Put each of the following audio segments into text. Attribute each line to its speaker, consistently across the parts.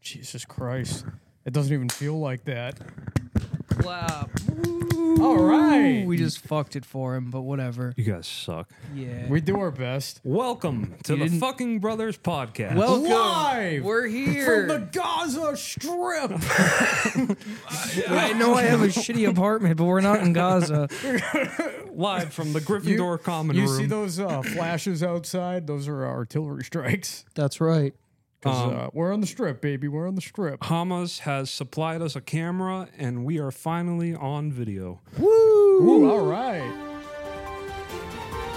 Speaker 1: Jesus Christ. It doesn't even feel like that.
Speaker 2: Wow.
Speaker 1: All right.
Speaker 2: We just fucked it for him, but whatever.
Speaker 3: You guys suck.
Speaker 2: Yeah.
Speaker 1: We do our best.
Speaker 3: Welcome to
Speaker 2: You
Speaker 3: the
Speaker 2: didn't-
Speaker 3: fucking brothers podcast.
Speaker 2: Welcome.
Speaker 1: Live
Speaker 2: We're here.
Speaker 1: From the Gaza Strip.
Speaker 2: I know I have a shitty apartment, but we're not in Gaza.
Speaker 3: live from the Gryffindor common
Speaker 1: you
Speaker 3: room.
Speaker 1: see those uh, flashes outside? Those are artillery strikes.
Speaker 2: That's right.
Speaker 1: 'Cause,
Speaker 2: Um,
Speaker 1: uh, we're on the strip, baby. We're on the strip.
Speaker 3: Hamas has supplied us a camera, and we are finally on video.
Speaker 1: Ooh, all right.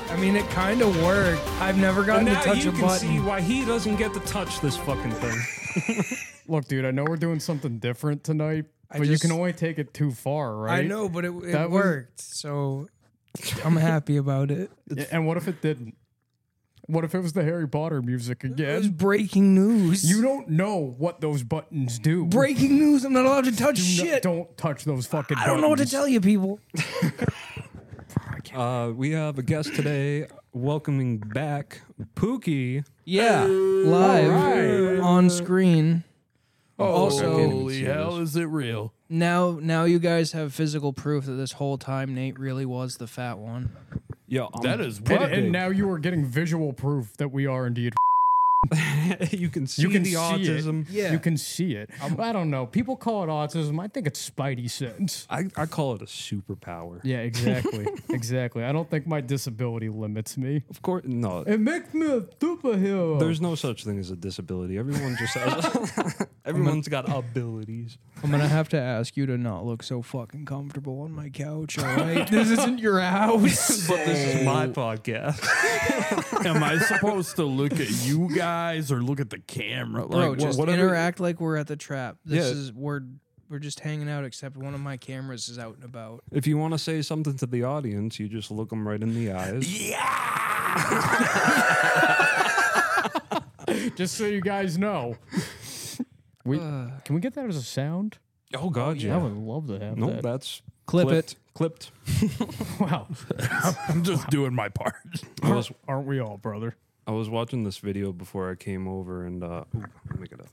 Speaker 2: I mean, it kind of worked. I've never
Speaker 3: And
Speaker 2: gotten to
Speaker 3: now
Speaker 2: touch
Speaker 3: you
Speaker 2: a
Speaker 3: can see
Speaker 2: button.
Speaker 3: why he doesn't get to touch this fucking thing.
Speaker 1: Look, dude, I know we're doing something different tonight,
Speaker 2: I
Speaker 1: but you
Speaker 2: just-
Speaker 1: can only take it too far, right?
Speaker 2: I know, but it, it
Speaker 1: That was-
Speaker 2: worked. So I'm happy about it.
Speaker 1: Yeah, And what if it didn't? What if it was the Harry Potter music
Speaker 2: It was
Speaker 1: again?
Speaker 2: breaking news.
Speaker 1: You don't know what those buttons do.
Speaker 2: breaking news. I'm not allowed to touch
Speaker 1: No,
Speaker 2: shit.
Speaker 1: don't touch those fucking
Speaker 2: I don't know what to
Speaker 1: buttons.
Speaker 2: tell you, people.
Speaker 3: Uh, we have a guest today, welcoming back Pookie.
Speaker 2: Yeah, live
Speaker 1: Alright.
Speaker 2: on screen.
Speaker 3: Oh,
Speaker 2: also,
Speaker 4: Holy hell, is it real?
Speaker 2: now now you guys have physical proof that this whole time Nate really was the fat one.
Speaker 3: Yo, um,
Speaker 4: That is
Speaker 1: And,
Speaker 4: what?
Speaker 1: and now you are getting visual proof that we are indeed.
Speaker 3: you can see
Speaker 1: can
Speaker 3: the
Speaker 1: see it.
Speaker 3: autism.
Speaker 2: Yeah.
Speaker 1: You can see it. I don't know. People call it autism. I think it's spidey sense.
Speaker 3: I, I call it a superpower.
Speaker 1: Yeah, exactly. exactly. I don't think my disability limits me.
Speaker 3: Of course, no.
Speaker 1: It makes me a superhero.
Speaker 3: There's no such thing as a disability. Everyone just has. everyone's got abilities.
Speaker 2: I'm gonna have to ask you to not look so fucking comfortable on my couch, all right? this isn't your house.
Speaker 3: But this is my podcast.
Speaker 4: Am I supposed to look at you guys or look at the camera? Like,
Speaker 2: Bro,
Speaker 4: wha-
Speaker 2: just
Speaker 4: whatever-
Speaker 2: interact like we're at the trap. This
Speaker 3: Yeah.
Speaker 2: is we're we're just hanging out, except one of my cameras is out and about.
Speaker 3: If you want to say something to the audience, you just look them right in the eyes.
Speaker 1: Just so you guys know. We
Speaker 2: Uh.
Speaker 1: can we get that as a sound?
Speaker 3: Oh God,
Speaker 1: I
Speaker 3: yeah.
Speaker 1: would love to have
Speaker 3: No,
Speaker 1: that.
Speaker 3: that's
Speaker 2: Clip
Speaker 3: clipped. Clipped.
Speaker 1: Wow.
Speaker 4: I'm just doing my part.
Speaker 3: I was
Speaker 1: Aren't we all, brother?
Speaker 3: I was watching this video before I came over, and uh, ooh, let me get up.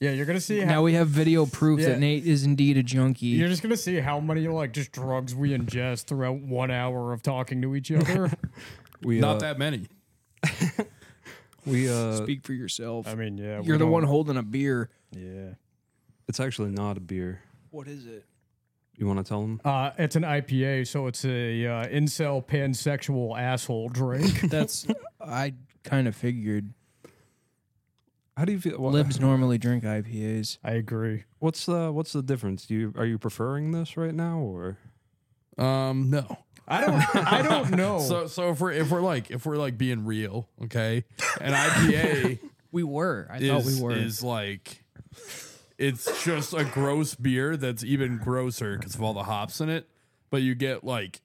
Speaker 1: Yeah, you're gonna see
Speaker 2: Now
Speaker 1: how
Speaker 2: we have video proof
Speaker 1: Yeah.
Speaker 2: that Nate is indeed a junkie.
Speaker 1: you're just gonna see how many like just drugs we ingest throughout one hour of talking to each other.
Speaker 3: We uh,
Speaker 4: Not that many.
Speaker 3: we uh,
Speaker 2: Speak for yourself.
Speaker 1: I mean, yeah. we
Speaker 2: You're the
Speaker 1: don't-
Speaker 2: one holding a beer.
Speaker 1: Yeah.
Speaker 3: it's actually not a beer.
Speaker 2: What is it?
Speaker 3: You want to tell them?
Speaker 1: Uh, it's an IPA, so it's a uh, incel pansexual asshole drink.
Speaker 2: That's I kind of figured.
Speaker 3: How do you feel? wha-
Speaker 2: Libs normally drink IPAs.
Speaker 1: I agree.
Speaker 3: What's the What's the difference? Do you are you preferring this right now, or
Speaker 4: Um, no.
Speaker 1: I don't. I don't know.
Speaker 4: So, so if we're if we're like if we're like being real, okay, an IPA
Speaker 2: We were. I thought
Speaker 4: is
Speaker 2: we were.
Speaker 4: is like it's just a gross beer that's even grosser because of all the hops in it. But you get like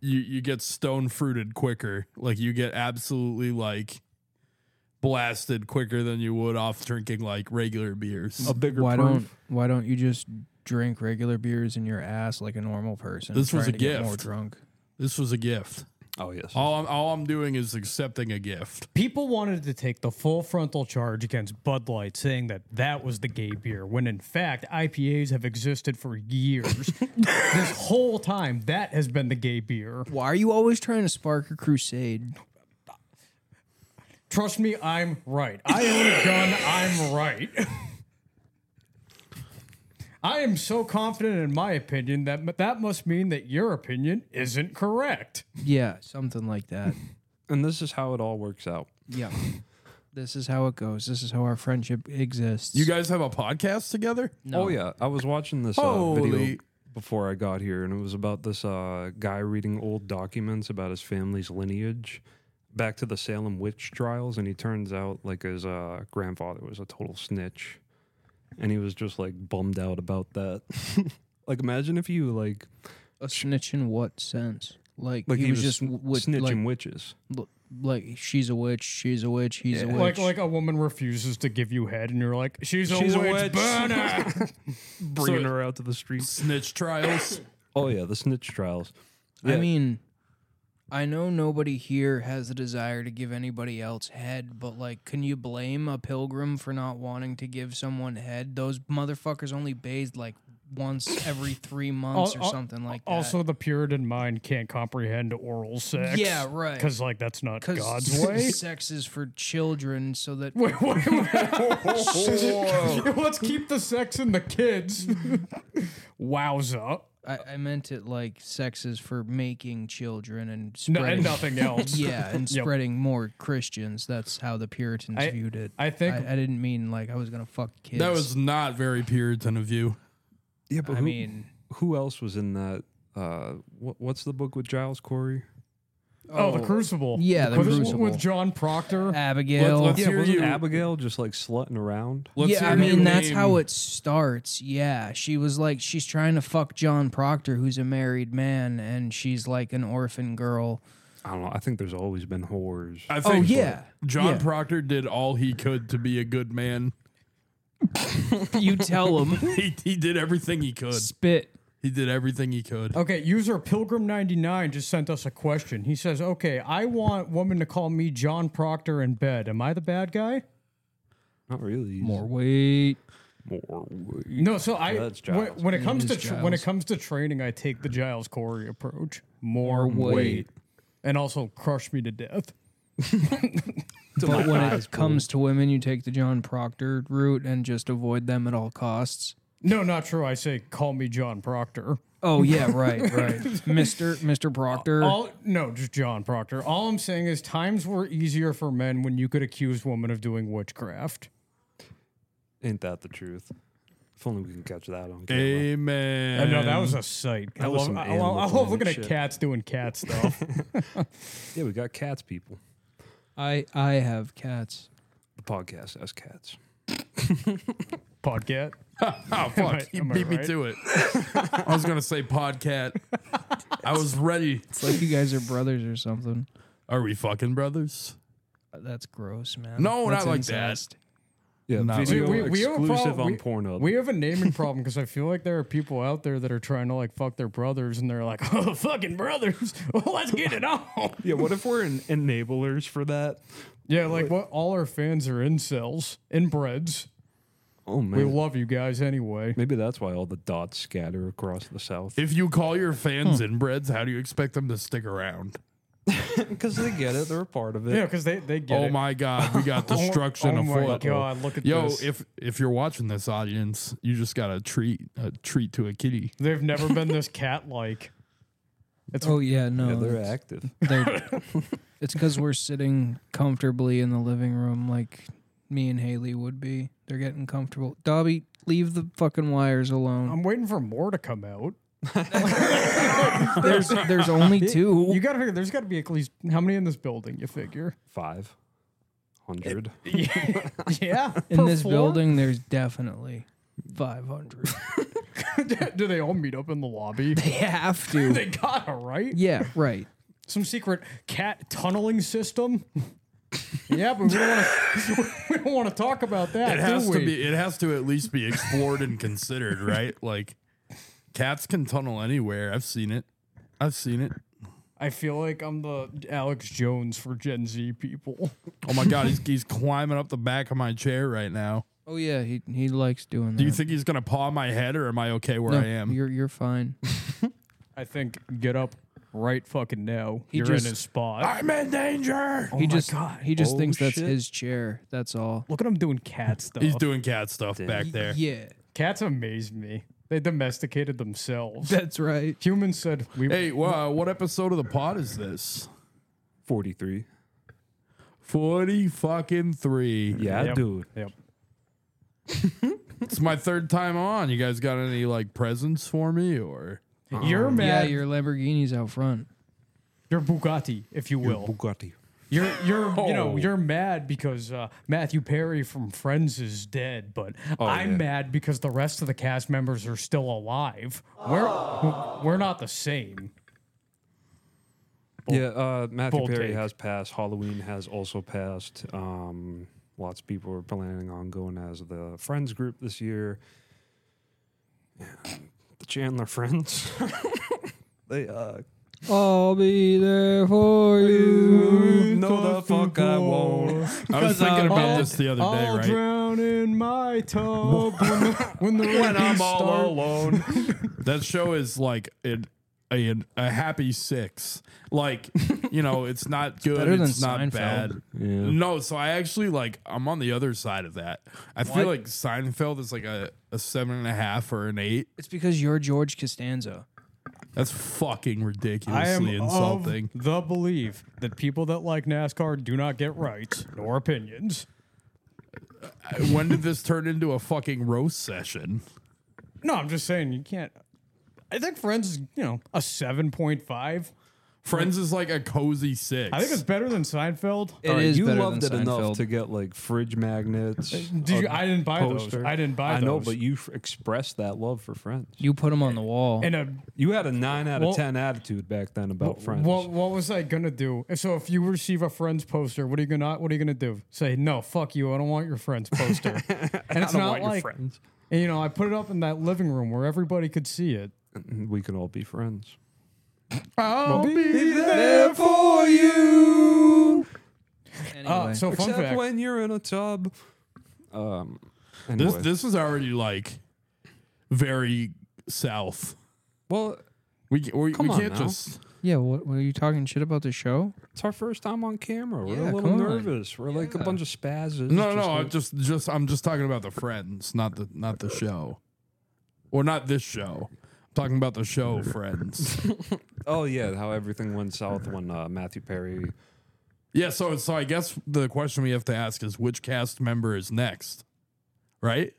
Speaker 4: you you get stone fruited quicker. Like you get absolutely like blasted quicker than you would off drinking like regular beers.
Speaker 3: a bigger
Speaker 2: why
Speaker 3: proof?
Speaker 2: don't Why don't you just drink regular beers in your ass like a normal person?
Speaker 4: This was
Speaker 2: trying to
Speaker 4: a
Speaker 2: get More
Speaker 4: gift.
Speaker 2: drunk.
Speaker 4: This was a gift.
Speaker 3: Oh yes.
Speaker 4: All I'm all I'm doing is accepting a gift.
Speaker 1: People wanted to take the full frontal charge against Bud Light, saying that that was the gay beer, when in fact IPAs have existed for years. this whole time, that has been the gay beer.
Speaker 2: Why are you always trying to spark a crusade?
Speaker 1: Trust me, I'm right. I own a gun. I'm right. I am so confident in my opinion that that must mean that your opinion isn't correct.
Speaker 2: Yeah, something like that.
Speaker 3: And this is how it all works out.
Speaker 2: yeah. This is how it goes. This is how our friendship exists.
Speaker 4: You guys have a podcast together?
Speaker 3: Oh yeah, I was watching this uh, video
Speaker 4: Holy-
Speaker 3: before I got here, and it was about this uh, guy reading old documents about his family's lineage back to the Salem witch trials, and he turns out like his uh, grandfather was a total snitch, and he was just like bummed out about that. like, imagine if you like
Speaker 2: a snitch in what sense? Like,
Speaker 3: like
Speaker 2: he, was, just
Speaker 3: sn-
Speaker 2: with,
Speaker 3: snitching
Speaker 2: like,
Speaker 3: witches.
Speaker 2: l- like she's a witch, she's a witch, he's a
Speaker 3: Yeah.
Speaker 2: witch.
Speaker 1: Like like a woman refuses to give you head, and you're like, she's a
Speaker 3: She's a
Speaker 1: witch.
Speaker 3: witch."
Speaker 1: burn her."
Speaker 3: Bringing her out to the streets.
Speaker 4: Snitch trials.
Speaker 3: Oh yeah, the snitch trials.
Speaker 2: I mean, I know nobody here has the desire to give anybody else head, but like, can you blame a pilgrim for not wanting to give someone head? Those motherfuckers only bathed like once every three months or
Speaker 1: al-
Speaker 2: something like that.
Speaker 1: Also, the Puritan mind can't comprehend oral sex.
Speaker 2: Yeah, right.
Speaker 1: Because like that's not
Speaker 2: because
Speaker 1: God's way.
Speaker 2: sex is for children, so that
Speaker 1: Wait, wait, wait. Let's keep the sex and the kids. Wowza.
Speaker 2: I, I meant it like sex is for making children and
Speaker 1: No,
Speaker 2: spreading.
Speaker 1: and nothing else.
Speaker 2: Yeah, and
Speaker 1: Yep.
Speaker 2: spreading more Christians. That's how the Puritans
Speaker 1: I-
Speaker 2: viewed it.
Speaker 1: I think-
Speaker 2: I, I didn't mean like I was gonna fuck kids.
Speaker 4: That was not very Puritan of you.
Speaker 3: Yeah, but
Speaker 2: I
Speaker 3: who,
Speaker 2: mean,
Speaker 3: who else was in that? Uh, what, what's the book with Giles Corey?
Speaker 1: Oh, the Crucible.
Speaker 2: Yeah, The
Speaker 1: Crucible
Speaker 2: Crucible.
Speaker 1: with John Proctor.
Speaker 2: Abigail.
Speaker 4: let's-
Speaker 2: yeah,
Speaker 3: Yeah,
Speaker 4: Yeah, Hear
Speaker 3: wasn't
Speaker 4: you-
Speaker 3: Abigail just like slutting around?
Speaker 4: Let's hear
Speaker 2: I
Speaker 4: your
Speaker 2: mean that's
Speaker 4: name.
Speaker 2: how it starts. Yeah, she was like she's trying to fuck John Proctor, who's a married man, and she's like an orphan girl.
Speaker 3: I don't know. I think there's always been whores.
Speaker 4: I
Speaker 2: Oh
Speaker 4: think
Speaker 2: yeah,
Speaker 4: John
Speaker 2: Yeah.
Speaker 4: Proctor did all he could to be a good man.
Speaker 2: you tell him
Speaker 4: He, he did everything he could.
Speaker 2: spit.
Speaker 4: He did everything he could.
Speaker 1: Okay, user Pilgrim99 just sent us a question. He says, Okay, I want women to call me John Proctor in bed. Am I the bad guy?
Speaker 3: Not really.
Speaker 2: More weight.
Speaker 3: More.
Speaker 1: No, so I
Speaker 3: that's
Speaker 1: when,
Speaker 3: Giles.
Speaker 1: when it comes to
Speaker 2: is
Speaker 1: tr when it
Speaker 2: Giles.
Speaker 1: comes to training, I take the Giles Corey approach. More
Speaker 2: weight.
Speaker 1: weight. And also crush me to death.
Speaker 2: But when it comes to women, you take the John Proctor route and just avoid them at all costs.
Speaker 1: No, not true. I say call me John Proctor.
Speaker 2: Oh yeah, right, right. Mr. Mr. Proctor.
Speaker 1: All no, just John Proctor. All I'm saying is times were easier for men when you could accuse women of doing witchcraft.
Speaker 3: Ain't that the truth? If only we can catch that on camera.
Speaker 4: Amen.
Speaker 1: I know that was a sight. I
Speaker 3: That was
Speaker 1: love,
Speaker 3: some
Speaker 1: I,
Speaker 3: Animal
Speaker 1: love, I love looking
Speaker 3: Planet
Speaker 1: at
Speaker 3: shit.
Speaker 1: cats doing cat stuff.
Speaker 3: Yeah, we got cats, people.
Speaker 2: I I have cats.
Speaker 3: The podcast has cats.
Speaker 1: Podcat.
Speaker 4: Oh
Speaker 1: Am
Speaker 4: fuck!
Speaker 1: I-
Speaker 4: he
Speaker 1: am I
Speaker 4: beat
Speaker 1: right?
Speaker 4: me to it. I was gonna say podcat. I was ready.
Speaker 2: It's like you guys are brothers or something.
Speaker 4: Are we fucking brothers?
Speaker 2: That's gross, man.
Speaker 4: No,
Speaker 2: That's
Speaker 4: not like
Speaker 2: incest.
Speaker 3: Yeah,
Speaker 4: Not
Speaker 3: video
Speaker 1: really. We- we have a
Speaker 3: exclusive
Speaker 1: problem-
Speaker 3: on Pornhub.
Speaker 1: We have a naming problem because I feel like there are people out there that are trying to like fuck their brothers and they're like, oh, fucking brothers. Well, let's get it on.
Speaker 3: yeah, what if we're en- enablers for that?
Speaker 1: Yeah, like what all our fans are incels, inbreds.
Speaker 3: Oh
Speaker 1: We
Speaker 3: man,
Speaker 1: love you guys anyway.
Speaker 3: maybe that's why all the dots scatter across the south.
Speaker 4: If you call your fans inbreds, how do you expect them to stick around?
Speaker 3: Because they get it, they're a part of it.
Speaker 1: Yeah, because they, they get
Speaker 4: oh
Speaker 1: it.
Speaker 4: my god, we got destruction
Speaker 1: oh
Speaker 4: afoot.
Speaker 1: my god, look at
Speaker 4: Yo,
Speaker 1: this.
Speaker 4: if if you're watching this audience, you just got a treat a treat to a kitty.
Speaker 1: They've never been this cat like.
Speaker 2: Oh yeah,
Speaker 3: Yeah,
Speaker 2: no.
Speaker 3: they're active.
Speaker 2: they're- it's because we're sitting comfortably in the living room, like me and Haley would be. They're getting comfortable. Dobby, leave the fucking wires alone.
Speaker 1: I'm waiting for more to come out.
Speaker 2: There's there's only two.
Speaker 1: You gotta figure there's gotta be at least how many in this building, you figure?
Speaker 3: Five hundred.
Speaker 1: yeah.
Speaker 2: in this building, there's definitely 500.
Speaker 1: Do they all meet up in the lobby?
Speaker 2: they have to.
Speaker 1: they gotta, right?
Speaker 2: yeah, right.
Speaker 1: Some secret cat tunneling system. yeah, but we don't want to. We don't want to talk about that.
Speaker 4: It has
Speaker 1: do
Speaker 4: to
Speaker 1: we?
Speaker 4: be it has to at least be explored and considered, right? Like cats can tunnel anywhere. I've seen it. I've seen it.
Speaker 1: I feel like I'm the Alex Jones for Gen Z people.
Speaker 4: Oh my god, he's he's climbing up the back of my chair right now.
Speaker 2: Oh yeah, he he likes doing that.
Speaker 4: Do you think he's gonna paw my head, or am I okay where
Speaker 2: No,
Speaker 4: I am?
Speaker 2: You're you're fine.
Speaker 1: I think get up right fucking now. You're
Speaker 2: just-
Speaker 1: in his spot.
Speaker 4: I'm in danger.
Speaker 2: he just
Speaker 1: God.
Speaker 2: he just
Speaker 3: Oh,
Speaker 2: thinks that's
Speaker 3: shit.
Speaker 2: his chair. That's all.
Speaker 1: Look at him doing cat stuff.
Speaker 4: He's doing cat stuff back there.
Speaker 2: Yeah,
Speaker 1: Cats amaze me. They domesticated themselves.
Speaker 2: that's right.
Speaker 1: Humans said we.
Speaker 4: Hey, wha- what episode of the pod is this?
Speaker 3: Forty-three.
Speaker 4: Forty fucking three.
Speaker 3: Yeah,
Speaker 1: Yep.
Speaker 3: dude.
Speaker 1: Yep.
Speaker 4: It's my third time on. You guys got any like presents for me or?
Speaker 1: You're
Speaker 2: Um, Yeah,
Speaker 1: mad.
Speaker 2: your Lamborghini's out front.
Speaker 1: You're Bugatti, if you will.
Speaker 3: Bugatti.
Speaker 1: You're you're you know
Speaker 3: Oh.
Speaker 1: you're mad because uh, Matthew Perry from Friends is dead, but I'm
Speaker 3: Oh, yeah.
Speaker 1: mad because the rest of the cast members are still alive. We're we're not the same.
Speaker 3: Yeah, uh, Matthew
Speaker 1: Bold
Speaker 3: Perry
Speaker 1: take.
Speaker 3: has passed. Halloween has also passed. Um, lots of people are planning on going as the Friends group this year. The Chandler Friends. they uh, I'll be there for you. No, the
Speaker 1: Tough
Speaker 3: fuck I
Speaker 1: people.
Speaker 3: won't.
Speaker 4: I was thinking
Speaker 2: I'm
Speaker 4: about
Speaker 1: all-
Speaker 4: this the other day,
Speaker 1: I'll
Speaker 4: right?
Speaker 1: drown in my tub when the, when the
Speaker 3: When I'm
Speaker 1: rains start.
Speaker 3: all alone.
Speaker 4: That show is like an, a, a happy six. Like, you know, it's not good.
Speaker 2: better than
Speaker 4: it's not
Speaker 2: Seinfeld.
Speaker 4: bad.
Speaker 3: Yeah.
Speaker 4: No, so I actually like I'm on the other side of that. I feel like Seinfeld is like a, a seven and a half or an eight.
Speaker 2: It's because you're George Costanza.
Speaker 4: That's fucking
Speaker 1: I am
Speaker 4: ridiculously
Speaker 1: insulting.
Speaker 4: insulting.
Speaker 1: of the belief that people that like NASCAR do not get rights nor opinions.
Speaker 4: when did this turn into a fucking roast session?
Speaker 1: No, I'm just saying you can't. I think Friends is you know a seven point five.
Speaker 4: Friends is like a cozy six.
Speaker 1: I think it's better than Seinfeld.
Speaker 2: It is
Speaker 3: you
Speaker 2: better
Speaker 3: loved
Speaker 2: than
Speaker 3: it enough
Speaker 2: Seinfeld.
Speaker 3: to get like fridge magnets.
Speaker 1: Did you,
Speaker 3: a
Speaker 1: I didn't buy
Speaker 3: poster.
Speaker 1: those. I didn't buy
Speaker 3: I
Speaker 1: those.
Speaker 3: know, but you f- expressed that love for Friends.
Speaker 2: You put him on the wall.
Speaker 1: and a
Speaker 3: You had a nine out of
Speaker 1: Well-
Speaker 3: ten attitude back then about Friends.
Speaker 1: What What was I gonna do? So if you receive a friend's poster, what are you gonna What are you gonna do? Say no, fuck you. I don't want your friend's poster. and it's
Speaker 3: I don't
Speaker 1: not
Speaker 3: want your
Speaker 1: like
Speaker 3: friends.
Speaker 1: and, you know. I put it up in that living room where everybody could see it.
Speaker 2: Mm,
Speaker 3: We can all be friends.
Speaker 1: I'll be
Speaker 3: there for you.
Speaker 2: anyway,
Speaker 1: uh, so fun
Speaker 3: Except
Speaker 1: fact.
Speaker 3: when you're in a tub. Um. Anyway.
Speaker 4: this this is already like very south.
Speaker 3: well,
Speaker 4: We ca- we, we
Speaker 3: Come on
Speaker 4: can't
Speaker 3: now.
Speaker 4: just
Speaker 2: yeah, what were you talking shit about the show?
Speaker 3: it's our first time on camera. We're
Speaker 2: Yeah,
Speaker 3: a little
Speaker 2: come on.
Speaker 3: nervous. We're like a
Speaker 2: Yeah.
Speaker 3: bunch of spazzes.
Speaker 4: No, no,
Speaker 3: like-
Speaker 4: I'm just just I'm just talking about the friends, not the not the show. Or not this show. I'm talking about the show friends.
Speaker 3: oh yeah, how everything went south when uh, Matthew Perry.
Speaker 4: yeah, so so I guess the question we have to ask is which cast member is next? Right?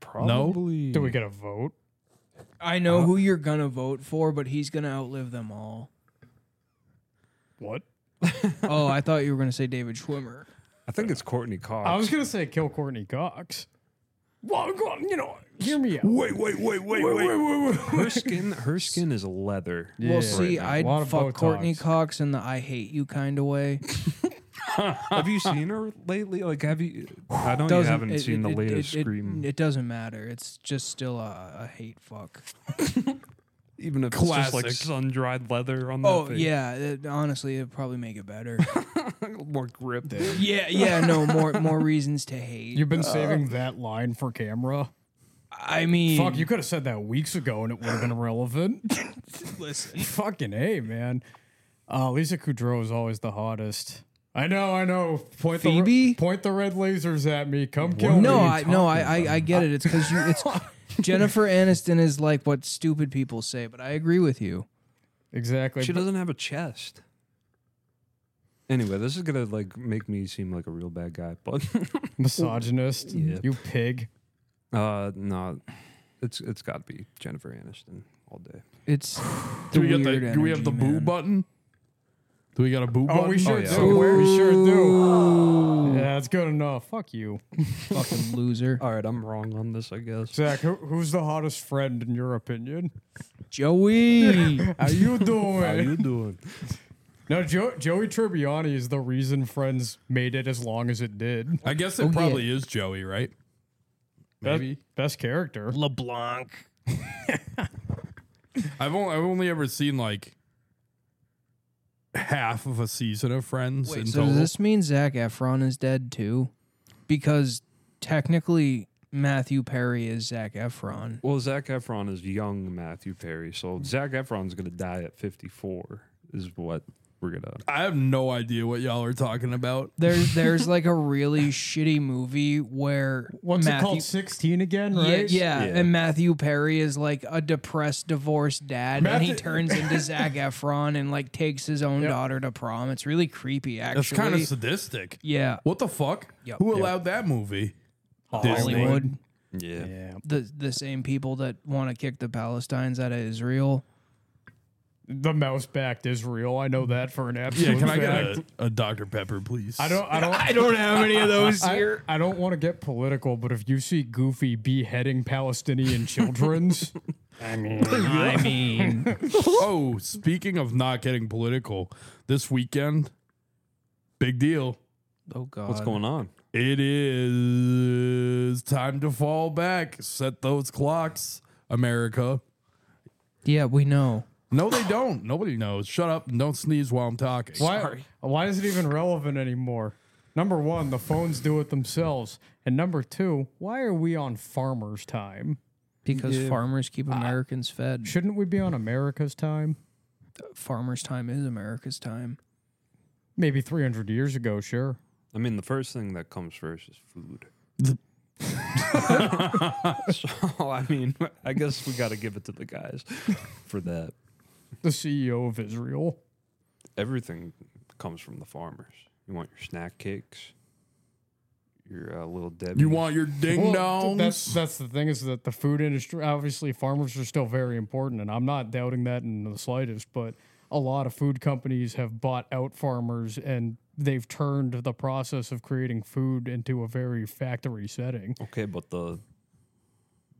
Speaker 3: Probably.
Speaker 1: Do we get a vote?
Speaker 2: I know who you're gonna vote for, but he's gonna outlive them all.
Speaker 1: What?
Speaker 2: oh, I thought you were gonna say David Schwimmer.
Speaker 3: I think it's Courtney Cox.
Speaker 1: I was gonna say kill Courtney Cox. Well, go on, you know, hear me out.
Speaker 4: Wait, wait, wait, wait, wait, wait, wait,
Speaker 3: her skin. Her skin is leather.
Speaker 2: Well, see,
Speaker 1: Right now.
Speaker 2: I'd
Speaker 1: Lot of
Speaker 2: fuck
Speaker 1: Botox.
Speaker 2: Courtney Cox in the "I hate you" kind of way.
Speaker 3: have you seen her lately? Like, have you? I know you
Speaker 2: Doesn't-
Speaker 3: haven't
Speaker 2: it-
Speaker 3: seen
Speaker 2: it-
Speaker 3: the
Speaker 2: it-
Speaker 3: latest
Speaker 2: it- it-
Speaker 3: Scream.
Speaker 2: It, doesn't matter. It's just still a, a hate fuck.
Speaker 3: even if it's just like
Speaker 4: Classic.
Speaker 3: sun dried leather on the
Speaker 2: Oh yeah, it, honestly, it'd probably make it better.
Speaker 3: more grip.
Speaker 2: yeah, yeah, no more more reasons to hate.
Speaker 1: You've been saving that line for camera.
Speaker 2: I mean,
Speaker 1: Fuck, you could have said that weeks ago and it would have been relevant.
Speaker 2: listen.
Speaker 1: Fucking a man. Uh, Lisa Kudrow is always the hottest. I know, I know. Point the
Speaker 2: Phoebe?
Speaker 1: re- point the red lasers at me. Come kill me.
Speaker 2: No, I no, I, I I get it. It's because you. It's Jennifer Aniston is like what stupid people say, but I agree with you.
Speaker 1: exactly.
Speaker 3: She doesn't have a chest. Anyway, this is gonna like make me seem like a real bad guy, but
Speaker 1: Misogynist.
Speaker 3: Yeah.
Speaker 1: You pig.
Speaker 3: uh, no, it's it's got to be Jennifer Aniston all day.
Speaker 2: It's the
Speaker 4: Do we get the
Speaker 2: weird
Speaker 4: do we have the
Speaker 2: energy,
Speaker 4: boo
Speaker 2: man.
Speaker 4: button? Do we got a boo
Speaker 1: Oh,
Speaker 4: button?
Speaker 1: we sure
Speaker 3: yeah.
Speaker 1: do. We sure do. Yeah, that's good enough. Fuck you,
Speaker 2: fucking loser.
Speaker 3: All right, I'm wrong on this, I guess.
Speaker 1: Zach. Who, who's the hottest friend in your opinion?
Speaker 2: Joey.
Speaker 1: How you
Speaker 3: How
Speaker 1: doing?
Speaker 3: you doing?
Speaker 1: no, jo- Joey Tribbiani is the reason Friends made it as long as it did.
Speaker 4: I guess it
Speaker 2: Oh, yeah.
Speaker 4: probably is Joey, right? Maybe.
Speaker 1: Best, best character.
Speaker 2: LeBlanc.
Speaker 4: I've only I've only ever seen like half of a season of Friends in
Speaker 2: Wait, so
Speaker 4: total.
Speaker 2: does this mean Zach Efron is dead too? Because technically Matthew Perry is Zach Efron.
Speaker 3: Well, Zach Efron is young Matthew Perry, so Zach Efron's gonna die at 54. Is what we're gonna.
Speaker 4: I have no idea what y'all are talking about.
Speaker 2: There's there's like a really shitty movie where
Speaker 1: What's
Speaker 2: Matthew,
Speaker 1: it called? Sixteen again,
Speaker 2: Yeah,
Speaker 1: right?
Speaker 2: yeah,
Speaker 3: Yeah.
Speaker 2: and Matthew Perry is like a depressed, divorced dad, and he
Speaker 1: Matthew-
Speaker 2: turns into Zach Efron and like takes his own daughter to prom. It's really creepy, actually.
Speaker 4: That's kind of sadistic.
Speaker 2: yeah,
Speaker 4: What the fuck?
Speaker 2: Yep.
Speaker 4: Who allowed that movie? Disney.
Speaker 2: Hollywood.
Speaker 3: Yeah.
Speaker 1: Yeah.
Speaker 2: The the same people that want to kick the Palestinians out of Israel.
Speaker 1: The mouse backed Israel. I know that for an absolute
Speaker 4: Yeah, can I get
Speaker 1: fact.
Speaker 4: a, a Dr. Pepper, please?
Speaker 1: I don't. I don't.
Speaker 2: I don't have any of those
Speaker 1: I,
Speaker 2: here.
Speaker 1: I don't want to get political, but if you see Goofy beheading Palestinian childrens, I mean,
Speaker 2: I mean,
Speaker 4: Oh, speaking of not getting political, this weekend, big deal.
Speaker 2: oh god,
Speaker 3: What's going on?
Speaker 4: It is time to fall back. Set those clocks, America.
Speaker 2: Yeah, we know.
Speaker 4: No, they don't. Nobody knows. Shut up and don't sneeze while I'm talking.
Speaker 1: Why, why is it even relevant anymore? Number one, the phones do it themselves. And number two, why are we on farmers' time?
Speaker 2: because farmers keep Americans fed.
Speaker 1: Shouldn't we be on America's time?
Speaker 2: Farmers' time is America's time.
Speaker 1: Maybe 300 years ago, sure.
Speaker 3: I mean, the first thing that comes first is food. so I mean, I guess we got to give it to the guys for that.
Speaker 1: The CEO of Israel.
Speaker 3: Everything comes from the farmers. You want your snack cakes, your uh, little Debbie.
Speaker 4: You want your
Speaker 1: Well,
Speaker 4: ding dongs?
Speaker 1: that's that's the thing is that the food industry obviously farmers are still very important and I'm not doubting that in the slightest but a lot of food companies have bought out farmers and they've turned the process of creating food into a very factory setting.
Speaker 3: okay, but the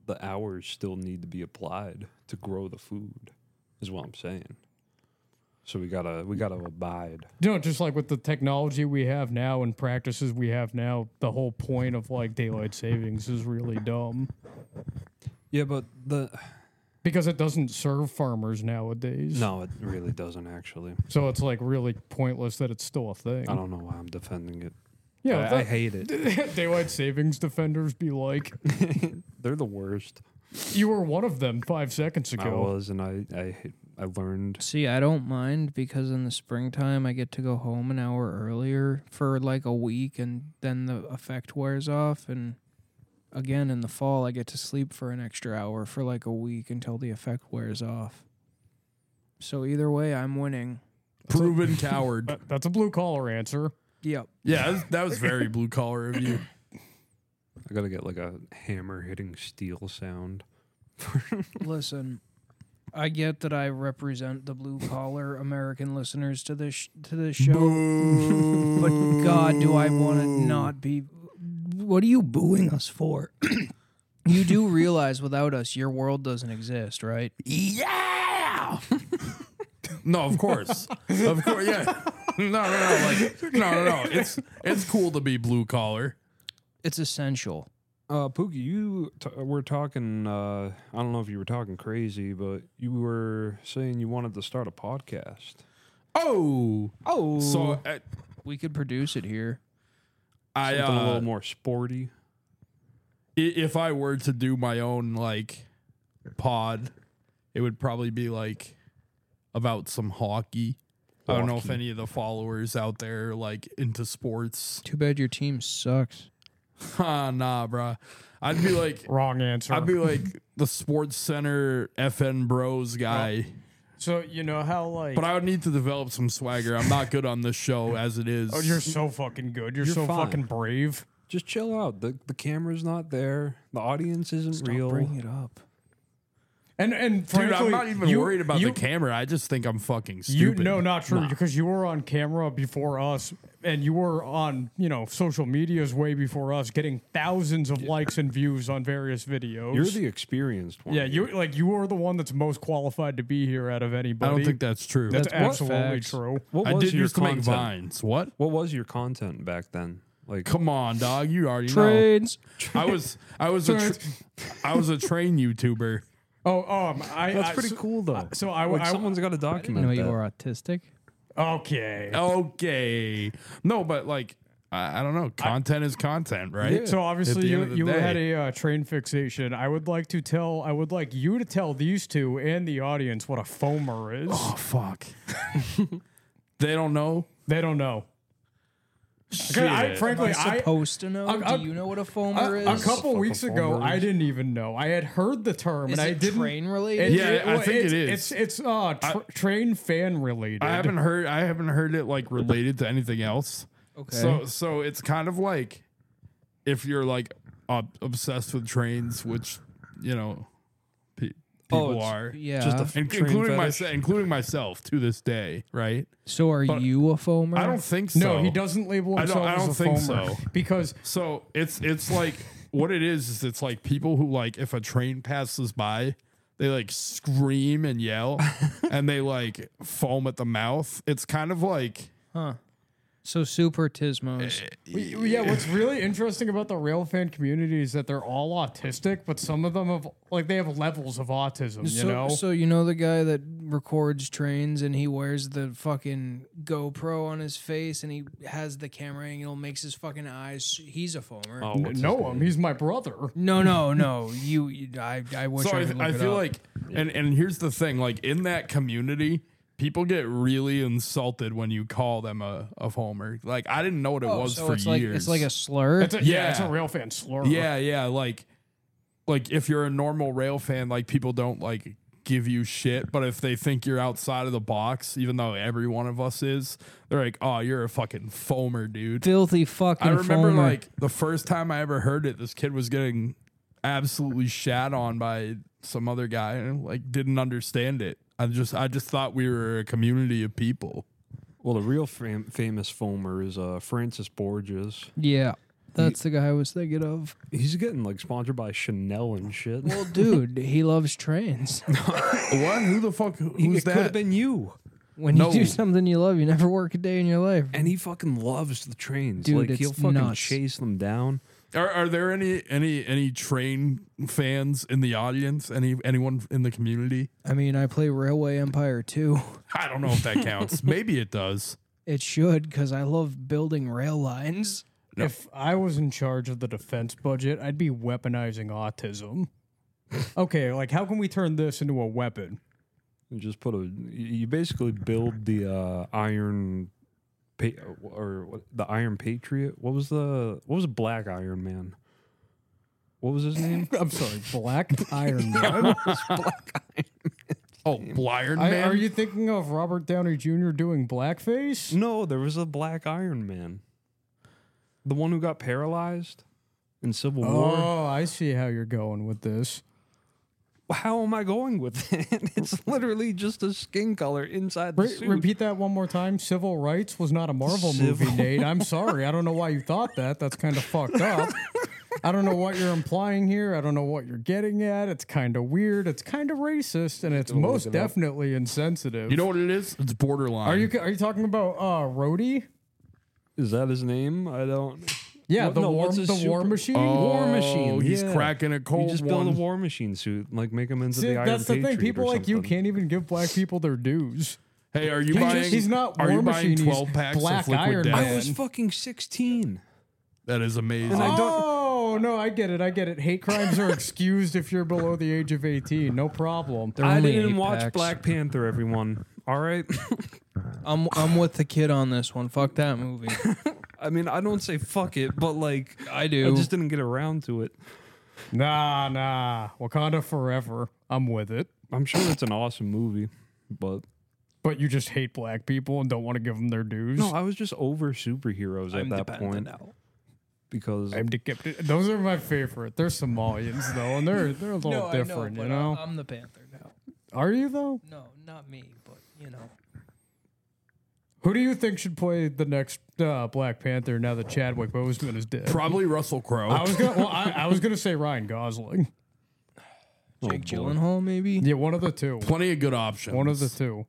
Speaker 3: the hours still need to be applied to grow the food. Is what I'm saying. So we gotta we gotta abide.
Speaker 1: You know, just like with the technology we have now and practices we have now, the whole point of like daylight savings is really dumb
Speaker 3: Yeah, but the
Speaker 1: because it doesn't serve farmers nowadays.
Speaker 3: no, it really doesn't actually.
Speaker 1: So it's like really pointless that it's still a thing.
Speaker 3: I don't know why I'm defending it.
Speaker 1: Yeah,
Speaker 3: I, I
Speaker 1: that-
Speaker 3: hate it.
Speaker 1: daylight savings defenders be like,
Speaker 3: They're the worst.
Speaker 1: you were one of them five seconds
Speaker 3: I
Speaker 1: ago.
Speaker 3: was, and I, I, hate- I learned.
Speaker 2: See, I don't mind because in the springtime I get to go home an hour earlier for like a week and then the effect wears off and again in the fall I get to sleep for an extra hour for like a week until the effect wears off. So either way I'm winning.
Speaker 4: Proven coward.
Speaker 1: That- That's a blue collar answer.
Speaker 2: Yep.
Speaker 4: Yeah, that was, that was very blue collar of you.
Speaker 3: I gotta get like a hammer hitting steel sound.
Speaker 2: Listen, I get that I represent the blue collar American listeners to this to this show, but God, do I want to not be? What are you booing us for? you do realize without us, your world doesn't exist, right?
Speaker 4: Yeah. no, of course, of course, yeah. No, no, no, like no, no, no. It's it's cool to be blue collar.
Speaker 2: It's essential.
Speaker 3: Uh, Pookie, you t- were talking. Uh, I don't know if you were talking crazy, but you were saying you wanted to start a podcast.
Speaker 4: Oh,
Speaker 3: Oh,
Speaker 4: so uh,
Speaker 2: We could produce it here.
Speaker 4: I
Speaker 3: something a
Speaker 4: uh,
Speaker 3: little more sporty.
Speaker 4: i- if I were to do my own like pod, it would probably be like about some hockey. I don't know if
Speaker 3: Hockey.
Speaker 4: any of the followers out there are, like into sports.
Speaker 2: Too bad your team sucks.
Speaker 4: Ah, nah, bruh. I'd be like,
Speaker 1: Wrong answer.
Speaker 4: I'd be like the Sports Center FN Bros guy.
Speaker 1: so you know how like
Speaker 4: But I would need to develop some swagger. I'm not good on this show as it is.
Speaker 1: oh, you're so fucking good. You're,
Speaker 3: You're
Speaker 1: so
Speaker 3: fine.
Speaker 1: fucking brave.
Speaker 3: Just chill out. the The camera's not there. The audience isn't real.
Speaker 2: Bring it up.
Speaker 1: And and
Speaker 4: Dude,
Speaker 1: frankly,
Speaker 4: I'm not even
Speaker 1: you-
Speaker 4: worried about
Speaker 1: you,
Speaker 4: the camera. I just think I'm fucking
Speaker 1: You
Speaker 4: stupid.
Speaker 1: no, not true because you were on camera before us, and you were on you know social media's way before us, getting thousands of likes and views on various videos.
Speaker 3: You're the experienced one.
Speaker 1: yeah, you like you are the one that's most qualified to be here out of
Speaker 4: I
Speaker 1: anybody.
Speaker 4: don't think that's true.
Speaker 1: that's,
Speaker 2: That's what
Speaker 1: absolutely
Speaker 2: facts.
Speaker 1: true.
Speaker 3: What
Speaker 4: I
Speaker 3: was
Speaker 4: did
Speaker 3: your
Speaker 4: used to make
Speaker 3: content?
Speaker 4: vines. What?
Speaker 3: What was your content back then? Like,
Speaker 4: Come on, dog. You already
Speaker 2: Trades.
Speaker 4: know. I was I was a tr- I was a train YouTuber.
Speaker 1: Oh, um, I
Speaker 3: that's
Speaker 1: I-
Speaker 3: pretty
Speaker 1: so-
Speaker 3: cool though.
Speaker 1: So I,
Speaker 3: like
Speaker 1: I
Speaker 3: someone's got to
Speaker 2: You
Speaker 3: document.
Speaker 2: know you
Speaker 3: that.
Speaker 2: were autistic.
Speaker 1: okay.
Speaker 4: Oh, Okay. No, but like I, I don't know. Content is content, right?
Speaker 1: So
Speaker 4: At
Speaker 1: obviously
Speaker 4: the
Speaker 1: you,
Speaker 4: end of the
Speaker 1: you
Speaker 4: day.
Speaker 1: had a uh, train fixation. I would like to tell I would like you to tell these two and the audience what a foamer is.
Speaker 4: Oh fuck. they don't know.
Speaker 1: They don't know.
Speaker 4: Shit.
Speaker 1: I, frankly,
Speaker 2: Am I
Speaker 1: I,
Speaker 2: supposed to know?
Speaker 1: I- I-
Speaker 2: Do you know what a foamer
Speaker 1: a, a
Speaker 2: is?
Speaker 1: couple weeks ago,
Speaker 3: foamer
Speaker 1: I
Speaker 3: is.
Speaker 1: didn't even know. I had heard the term, and
Speaker 2: Is
Speaker 1: I
Speaker 2: it
Speaker 1: didn't.
Speaker 2: train related?
Speaker 1: it-
Speaker 4: Yeah, I
Speaker 1: well,
Speaker 4: think it
Speaker 1: it's,
Speaker 4: is.
Speaker 1: It's it's uh tr- train fan related.
Speaker 4: I haven't heard I haven't heard it like related to anything else.
Speaker 2: Okay.
Speaker 4: So so it's kind of like if you're like ob- obsessed with trains, which you know pe- people
Speaker 3: it's-
Speaker 4: are,
Speaker 2: yeah.
Speaker 3: Just a
Speaker 4: In-
Speaker 3: train
Speaker 4: including
Speaker 3: fetish.
Speaker 4: myself, including myself to this day, right?
Speaker 2: so are
Speaker 4: but-
Speaker 2: you a foamer?
Speaker 4: I don't think so.
Speaker 1: No, he doesn't label
Speaker 4: I don't-
Speaker 1: himself
Speaker 4: I
Speaker 1: as a
Speaker 4: don't think
Speaker 1: foamer
Speaker 4: so.
Speaker 1: because
Speaker 4: So it's it's like what it is is it's like people who like if a train passes by, they like scream and yell, and they like foam at the mouth. It's kind of like
Speaker 2: Huh. So
Speaker 4: Eh,
Speaker 2: supertismos.
Speaker 1: We- we- yeah, what's really interesting about the rail fan community is that they're all autistic, but some of them have like they have levels of autism. You
Speaker 2: so,
Speaker 1: know,
Speaker 2: so you know the guy that records trains and he wears the fucking GoPro on his face and he has the camera angle, makes his fucking eyes. He's a foamer.
Speaker 3: Oh,
Speaker 1: N-
Speaker 3: what's
Speaker 1: know
Speaker 3: his
Speaker 1: him.
Speaker 3: name?
Speaker 1: He's my brother.
Speaker 2: No, no, no. You, you- I, I wish
Speaker 4: So
Speaker 2: I
Speaker 4: I,
Speaker 2: could look
Speaker 4: I
Speaker 2: it
Speaker 4: feel
Speaker 2: up.
Speaker 4: like, and and here's the thing, like in that community, people get really insulted when you call them a, a homer. Like I didn't know what it
Speaker 2: Oh,
Speaker 4: was
Speaker 2: so
Speaker 4: for
Speaker 2: it's like
Speaker 4: years.
Speaker 2: it's like a slur.
Speaker 1: It's a, yeah. it's a
Speaker 4: Yeah.
Speaker 1: rail fan slur.
Speaker 4: yeah, yeah, like like if you're a normal rail fan, like people don't like give you shit, but if they think you're outside of the box, even though every one of us is, they're like, oh, you're a fucking foamer, dude.
Speaker 2: filthy fucking.
Speaker 4: I remember
Speaker 2: foamer.
Speaker 4: like the first time I ever heard it, this kid was getting absolutely shat on by some other guy and like didn't understand it. I just I just thought we were a community of people.
Speaker 3: Well, the real fam- famous foamer is uh, Francis Borges.
Speaker 2: yeah, that's the guy I was thinking of.
Speaker 3: He's getting like sponsored by Chanel and shit.
Speaker 2: Well, dude, he loves trains.
Speaker 4: What? Who the fuck who's
Speaker 3: it could have
Speaker 4: that?
Speaker 3: been you.
Speaker 2: When you
Speaker 4: No.
Speaker 2: do something you love, you never work a day in your life.
Speaker 3: And he fucking loves the trains.
Speaker 2: Dude,
Speaker 3: like he'll
Speaker 2: it's
Speaker 3: fucking
Speaker 2: nuts.
Speaker 3: chase them down.
Speaker 4: Are, are there any any any train fans in the audience? Any anyone in the community?
Speaker 2: I mean, I play Railway Empire 2.
Speaker 4: I don't know if that counts. Maybe it does.
Speaker 2: It should, because I love building rail lines.
Speaker 1: If I was in charge of the defense budget, I'd be weaponizing autism. okay, like how can we turn this into a weapon?
Speaker 3: You just put a. You basically build the uh, iron, pa- or what, the Iron Patriot. What was the what was Black Iron Man? What was his name?
Speaker 1: I'm sorry, Black Iron Man.
Speaker 4: Oh, Blired
Speaker 1: I-
Speaker 4: Man.
Speaker 1: are you thinking of Robert Downey Jr. doing blackface?
Speaker 3: no, there was a Black Iron Man. The one who got paralyzed in Civil War.
Speaker 1: Oh, I see how you're going with this.
Speaker 3: How am I going with that? It's literally just a skin color inside the
Speaker 1: Re-
Speaker 3: suit.
Speaker 1: repeat that one more time. Civil rights was not a Marvel movie,
Speaker 3: Civil-
Speaker 1: Nate. I'm sorry. I don't know why you thought that. That's kind of fucked up. I don't know what you're implying here. I don't know what you're getting at. It's kind of weird. It's kind of racist, and it's most definitely insensitive.
Speaker 4: You know what it is? It's borderline.
Speaker 1: are you are you talking about uh, Rhodey?
Speaker 3: Is that his name? I don't.
Speaker 1: Yeah,
Speaker 3: What-
Speaker 1: the
Speaker 3: no,
Speaker 1: war
Speaker 3: what's
Speaker 1: the
Speaker 3: his
Speaker 1: war
Speaker 3: super- Oh,
Speaker 1: machine.
Speaker 3: War Machine.
Speaker 4: Oh, he's
Speaker 3: yeah.
Speaker 4: cracking a
Speaker 3: You
Speaker 4: cold
Speaker 3: just build
Speaker 4: one.
Speaker 3: a war machine suit, and, like make him into
Speaker 1: See,
Speaker 3: the Iron
Speaker 1: that's the
Speaker 3: Patriot
Speaker 1: thing.
Speaker 3: or
Speaker 1: People like you
Speaker 3: something.
Speaker 1: can't even give black people their dues.
Speaker 4: Hey, are you
Speaker 1: He's
Speaker 4: buying?
Speaker 1: just- he's not
Speaker 4: Are you
Speaker 1: War
Speaker 4: buying
Speaker 1: Machine, he's
Speaker 4: twelve packs
Speaker 1: Black
Speaker 4: of liquid
Speaker 1: Iron
Speaker 4: Death?
Speaker 1: Man.
Speaker 3: I was fucking 16.
Speaker 4: That is amazing.
Speaker 3: And I don't-
Speaker 1: Oh no, I get it. I get it. Hate crimes are excused if you're below the age of 18. No problem.
Speaker 2: They're
Speaker 3: I
Speaker 2: only
Speaker 3: didn't
Speaker 2: eight
Speaker 3: watch
Speaker 2: packs.
Speaker 3: Black Panther, everyone. All right.
Speaker 2: I'm, I'm with the kid on this one. Fuck that movie.
Speaker 3: I mean, I don't say fuck it, but like,
Speaker 2: I
Speaker 3: I
Speaker 2: do.
Speaker 3: just didn't get around to it.
Speaker 1: Nah, nah. Wakanda forever. I'm with it.
Speaker 3: I'm sure it's an awesome movie, but
Speaker 1: But you just hate black people and don't want to give them their dues.
Speaker 3: no, I was just over superheroes at that point because
Speaker 1: I'm the captain. Those are my favorite. They're Somalians though, and they're they're a little
Speaker 2: No,
Speaker 1: different,
Speaker 2: I uh,
Speaker 1: you
Speaker 2: know, but
Speaker 1: know.
Speaker 2: I'm the Panther now.
Speaker 1: are you though?
Speaker 2: No, not me, but you know.
Speaker 1: Who do you think should play the next uh, Black Panther now that Chadwick Boseman is dead?
Speaker 4: Probably Russell Crowe.
Speaker 1: I was gonna. Well, I, I was gonna say Ryan Gosling.
Speaker 2: Jake
Speaker 3: boy.
Speaker 2: Gyllenhaal, maybe?
Speaker 1: Yeah, one of the two.
Speaker 4: Plenty of good options.
Speaker 1: One of the two.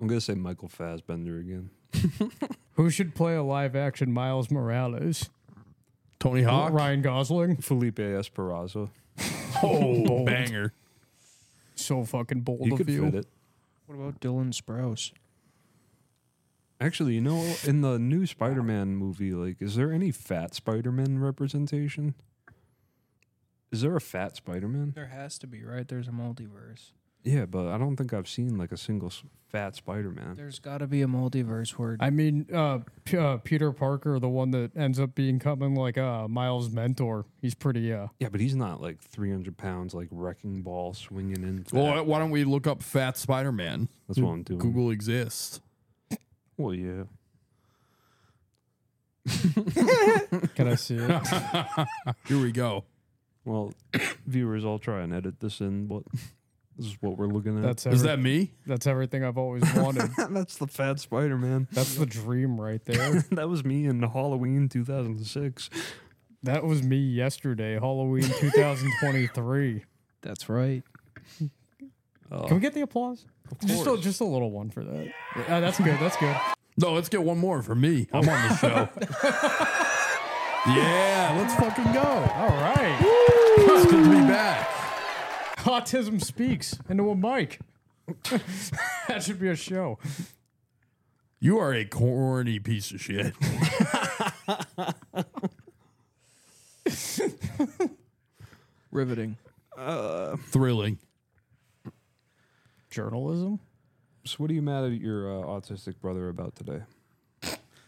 Speaker 3: I'm going to say Michael Fassbender again.
Speaker 1: Who should play a live action Miles Morales?
Speaker 4: Tony Hawk.
Speaker 1: Ryan Gosling.
Speaker 3: Felipe Esperanza.
Speaker 4: Oh, banger.
Speaker 1: So fucking bold
Speaker 3: He
Speaker 1: of
Speaker 3: could
Speaker 1: you.
Speaker 3: fit it.
Speaker 2: What about Dylan Sprouse?
Speaker 3: Actually, you know, in the new Spider-Man movie, like, is there any fat Spider-Man representation? Is there a fat Spider-Man?
Speaker 2: There has to be, right? There's a multiverse.
Speaker 3: Yeah, but I don't think I've seen like a single s- fat Spider-Man.
Speaker 2: There's got to be a multiverse word.
Speaker 1: I mean, uh, P- uh, Peter Parker, the one that ends up becoming like uh, Miles' mentor. He's pretty. Uh,
Speaker 3: Yeah, but he's not like 300 pounds, like wrecking ball swinging in.
Speaker 4: Well, why don't we look up Fat Spider Man?
Speaker 3: That's what I'm doing.
Speaker 4: Google exists.
Speaker 3: Well, yeah.
Speaker 1: can I see it?
Speaker 4: Here we go.
Speaker 3: Well, viewers, I'll try and edit this in, but this is what we're looking at.
Speaker 1: That's
Speaker 4: Is
Speaker 1: every,
Speaker 4: that me?
Speaker 1: that's everything I've always wanted.
Speaker 3: that's the fat Spider-Man.
Speaker 1: that's the dream right there.
Speaker 3: that was me in Halloween 2006.
Speaker 1: That was me yesterday, Halloween 2023.
Speaker 2: That's right.
Speaker 4: Oh.
Speaker 1: Can we get the applause? Just a,
Speaker 3: course.
Speaker 1: just a little one for that. Uh, that's good. That's good.
Speaker 4: No, let's get one more for me. I'm on the show. yeah, let's fucking go.
Speaker 1: All right.
Speaker 4: It's good to be back.
Speaker 1: Autism speaks into a mic. that should be a show.
Speaker 4: You are a corny piece of shit.
Speaker 2: Riveting.
Speaker 4: Thrilling.
Speaker 1: Journalism.
Speaker 3: So what are you mad at your uh, autistic brother about today?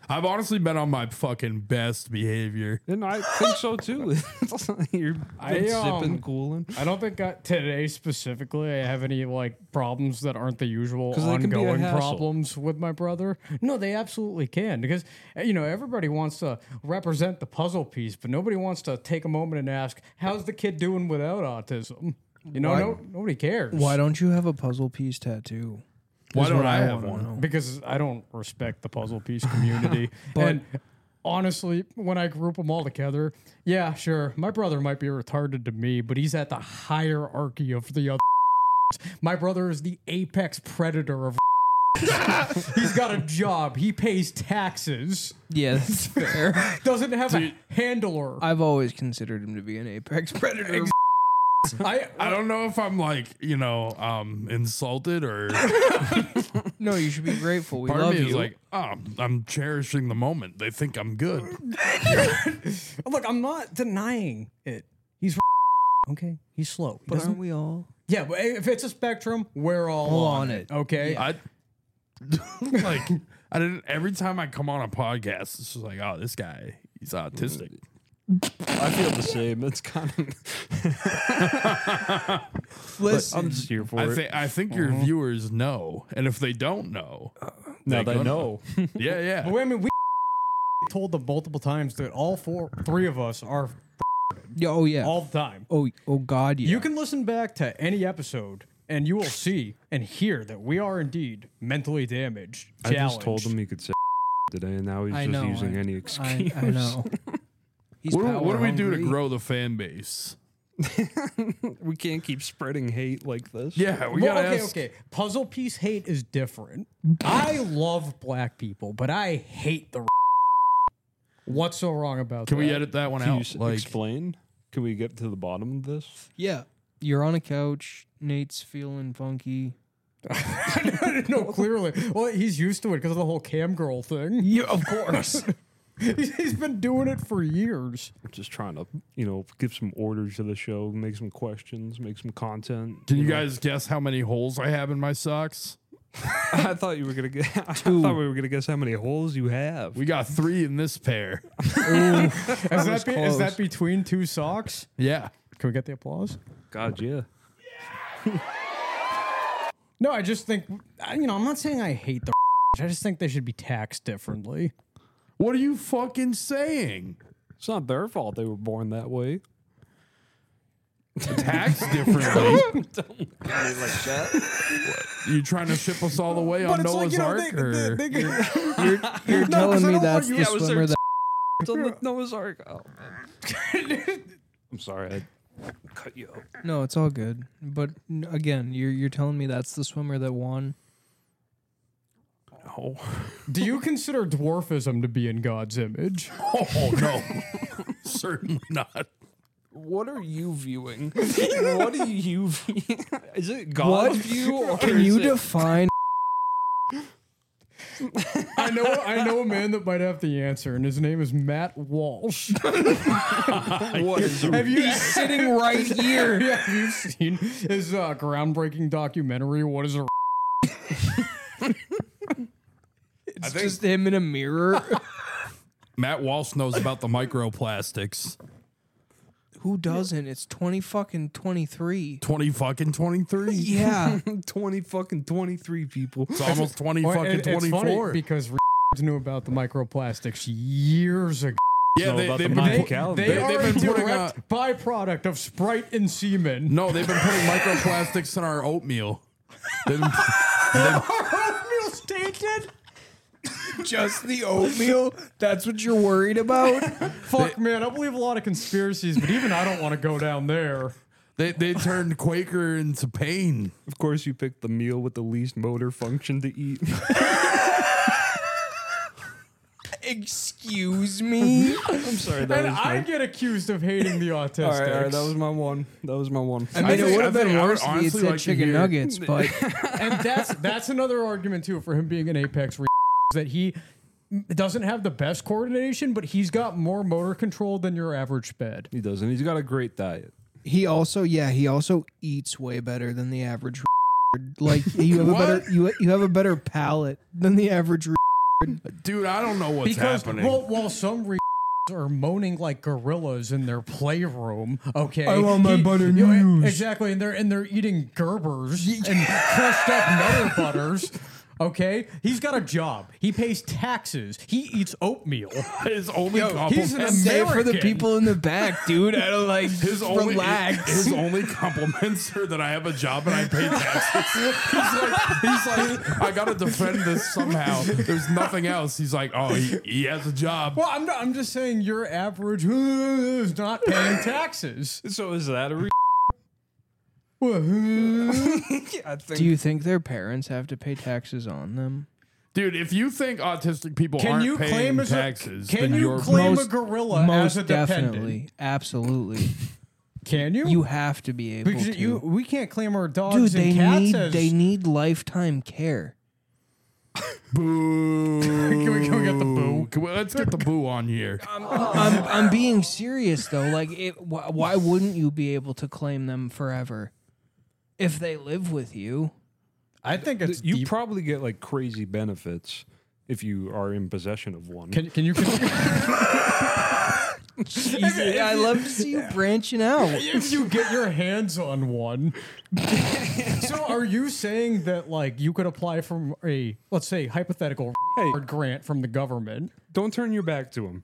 Speaker 4: I've honestly been on my fucking best behavior.
Speaker 3: And I think so too. You're been
Speaker 1: I, um,
Speaker 3: sipping, cooling.
Speaker 1: I don't think I, today specifically I have any like problems that aren't the usual
Speaker 3: 'Cause they can be a
Speaker 1: ongoing
Speaker 3: hassle.
Speaker 1: problems with my brother. No, they absolutely can because uh, you know everybody wants to represent the puzzle piece, but nobody wants to take a moment and ask, "How's the kid doing without autism?" You know,
Speaker 2: Why-
Speaker 1: no, nobody cares.
Speaker 2: Why don't you have a puzzle piece tattoo?
Speaker 4: Why
Speaker 2: Is
Speaker 4: don't
Speaker 2: what
Speaker 4: I have
Speaker 2: wanna
Speaker 4: one?
Speaker 2: know.
Speaker 1: because I don't respect the puzzle piece community.
Speaker 2: But-
Speaker 1: and honestly, when I group them all together, yeah, sure, my brother might be retarded to me, but he's at the hierarchy of the other. My brother is the apex predator of. he's got a job. He pays taxes.
Speaker 2: Yeah, that's fair.
Speaker 1: Doesn't have a handler.
Speaker 2: I've always considered him to be an apex predator.
Speaker 4: I, I don't know if I'm like, you know, um insulted or
Speaker 2: No, you should be grateful. We
Speaker 4: part
Speaker 2: love
Speaker 4: of me
Speaker 2: you.
Speaker 4: is like, oh, I'm cherishing the moment. They think I'm good.
Speaker 1: Look, I'm not denying it. He's okay. He's slow. He
Speaker 2: but
Speaker 1: doesn't-
Speaker 2: aren't we all?
Speaker 1: yeah, but if it's a spectrum, we're all
Speaker 2: All
Speaker 1: on
Speaker 2: on
Speaker 1: it.
Speaker 2: it.
Speaker 1: Okay.
Speaker 4: I like I didn't every time I come on a podcast, it's just like, oh, this guy, he's autistic.
Speaker 3: I feel the same. It's kind of.
Speaker 2: Listen,
Speaker 3: I'm just here for
Speaker 4: I
Speaker 3: it.
Speaker 4: think I think your viewers know. And if they don't know,
Speaker 3: now
Speaker 4: Mm-hmm. they
Speaker 3: they,
Speaker 4: gonna-
Speaker 3: know.
Speaker 4: yeah, yeah.
Speaker 1: But wait, I mean, we told them multiple times that all four, three of us are
Speaker 2: yeah, oh yeah.
Speaker 1: all the time.
Speaker 2: oh, oh God, yeah.
Speaker 1: You can listen back to any episode and you will see and hear that we are indeed mentally damaged.
Speaker 3: I just told
Speaker 1: challenged.
Speaker 3: him he could say today, and now he's
Speaker 2: I
Speaker 3: just
Speaker 2: know,
Speaker 3: using
Speaker 2: I-
Speaker 3: any excuse.
Speaker 2: I, I know. He's
Speaker 4: What, do- what do
Speaker 2: power
Speaker 4: we do to
Speaker 2: hungry.
Speaker 4: grow the fan base?
Speaker 3: We can't keep spreading hate like this.
Speaker 4: Yeah, we
Speaker 1: Well,
Speaker 4: gotta
Speaker 1: okay,
Speaker 4: ask-
Speaker 1: okay. Puzzle piece hate is different. I love black people, but I hate the. What's so wrong about
Speaker 4: Can
Speaker 1: that?
Speaker 4: we edit that one
Speaker 3: Can you
Speaker 4: out?
Speaker 3: s-
Speaker 4: Like,
Speaker 3: explain? Can we get to the bottom of this?
Speaker 2: Yeah, you're on a couch. Nate's feeling funky.
Speaker 1: no, clearly. Well, he's used to it because of the whole cam girl thing.
Speaker 2: Yeah, of course.
Speaker 1: He's been doing it for years.
Speaker 3: I'm just trying to, you know, give some orders to the show, make some questions, make some content.
Speaker 4: can you guys guess how many holes I have in my socks?
Speaker 3: I thought you were gonna guess. I thought we were gonna guess how many holes you have.
Speaker 4: We got three in this pair.
Speaker 1: Is that, be, is
Speaker 2: close.
Speaker 1: that between two socks?
Speaker 4: Yeah.
Speaker 1: Can we get the applause?
Speaker 3: God, yeah.
Speaker 1: No, I just think I- you know. I'm not saying I hate the. I just think they should be taxed differently.
Speaker 4: What are you fucking saying?
Speaker 3: It's not their fault they were born that way.
Speaker 4: Tax differently.
Speaker 3: like that.
Speaker 4: you trying to ship us all the way on Noah's Ark? or?
Speaker 2: You're telling me
Speaker 1: don't
Speaker 2: that's the
Speaker 1: want you-
Speaker 2: swimmer that
Speaker 3: on the Noah's Ark. Oh, I'm sorry. I cut you out.
Speaker 2: No, it's all good. But n- again, you're you're telling me that's the swimmer that won.
Speaker 3: No.
Speaker 1: Do you consider dwarfism to be in God's image?
Speaker 4: oh no, certainly not.
Speaker 3: What are you viewing? what are you viewing? Is it God
Speaker 2: What?
Speaker 3: view? Or
Speaker 2: Can
Speaker 3: is
Speaker 2: you
Speaker 3: it-
Speaker 2: define?
Speaker 1: I know, I know a man that might have the answer, and his name is Matt Walsh.
Speaker 3: what is
Speaker 1: Have you,
Speaker 2: He's sitting right here.
Speaker 1: yeah, have you seen his uh, groundbreaking documentary? What is a
Speaker 2: It's just him in a mirror.
Speaker 4: Matt Walsh knows about the microplastics.
Speaker 2: Who doesn't? It's twenty fucking twenty three.
Speaker 4: Twenty fucking twenty three.
Speaker 2: Yeah.
Speaker 3: 20 fucking 23 people?
Speaker 4: It's almost twenty
Speaker 1: Well,
Speaker 4: fucking
Speaker 1: it- it's
Speaker 4: twenty
Speaker 1: funny
Speaker 4: four.
Speaker 1: because knew about the microplastics years ago.
Speaker 4: Yeah,
Speaker 3: know
Speaker 4: they,
Speaker 3: about
Speaker 1: They,
Speaker 3: the
Speaker 4: they, they,
Speaker 3: micro- Calendar.
Speaker 1: they
Speaker 4: They've
Speaker 1: are
Speaker 4: been
Speaker 1: a
Speaker 4: putting
Speaker 1: direct byproduct of Sprite and semen.
Speaker 4: no, they've been putting microplastics in our oatmeal. They've been-
Speaker 1: oatmeal tainted?
Speaker 2: just the oatmeal. That's what you're worried about.
Speaker 1: Fuck, man, I believe a lot of conspiracies, but even I don't want to go down there.
Speaker 4: they, they turned Quaker into pain.
Speaker 3: Of course, you picked the meal with the least motor function to eat.
Speaker 2: Excuse me?
Speaker 3: I'm sorry. That
Speaker 1: And
Speaker 3: was my,
Speaker 1: I get accused of hating the autistics.
Speaker 3: all right, all right, that was my one. That was my one.
Speaker 2: I mean,
Speaker 4: think-
Speaker 2: it would
Speaker 4: I
Speaker 2: have been
Speaker 4: think I would
Speaker 2: worse if he had
Speaker 4: honestly
Speaker 2: said
Speaker 4: like to
Speaker 2: chicken
Speaker 4: hear-
Speaker 2: nuggets, but
Speaker 1: and that's that's another argument too for him being an apex re- that he doesn't have the best coordination, but he's got more motor control than your average sped.
Speaker 3: He doesn't. He's got a great diet.
Speaker 2: he also, yeah, he also eats way better than the average. like you have a better you you have a better palate than the average.
Speaker 4: Dude, I don't know what's
Speaker 1: because
Speaker 4: happening.
Speaker 1: well, while some re- are moaning like gorillas in their playroom, okay,
Speaker 2: I want my butter
Speaker 1: you know, eh,
Speaker 2: noodles.
Speaker 1: exactly, and they're and they're eating Gerbers and crushed up nutter butters. Okay, he's got a job. He pays taxes. He eats oatmeal.
Speaker 4: his only
Speaker 1: he's an
Speaker 4: compliment,
Speaker 2: Say it for the
Speaker 1: American.
Speaker 2: people in the back, dude. I don't like
Speaker 4: his only
Speaker 2: relax.
Speaker 4: his only compliments are that I have a job and I pay taxes. he's like he's like I gotta defend this somehow. There's nothing else. He's like, oh, he, he has a job.
Speaker 1: Well, I'm not, I'm just saying your average is not paying taxes.
Speaker 3: So is that a? Re- I think
Speaker 2: Do you think their parents have to pay taxes on them?
Speaker 4: Dude, if you think autistic people
Speaker 1: Can
Speaker 4: aren't
Speaker 1: you
Speaker 4: paying
Speaker 1: claim as
Speaker 4: taxes,
Speaker 1: a, can
Speaker 4: then
Speaker 1: you
Speaker 4: you're
Speaker 1: claim a
Speaker 2: Most-
Speaker 1: gorilla as a dependent?
Speaker 2: definitely, absolutely.
Speaker 1: Can you?
Speaker 2: You have to be able
Speaker 1: because
Speaker 2: to.
Speaker 1: you we can't claim our
Speaker 2: dude,
Speaker 1: dogs
Speaker 2: they
Speaker 1: and cats
Speaker 2: need
Speaker 1: as
Speaker 2: they need lifetime care.
Speaker 4: boo.
Speaker 1: Can we- can we get the boo?
Speaker 4: Can we- let's get the boo on here.
Speaker 2: I'm I'm being serious though. Like, it, wh- why wouldn't you be able to claim them forever if they live with you?
Speaker 1: I think it's
Speaker 3: you
Speaker 1: deep.
Speaker 3: probably get like crazy benefits if you are in possession of one.
Speaker 1: can, can you
Speaker 2: I love to see you branching out.
Speaker 1: if you get your hands on one? so are you saying that like you could apply from a let's say hypothetical
Speaker 3: Hey.
Speaker 1: grant from the government?
Speaker 3: Don't turn your back to him.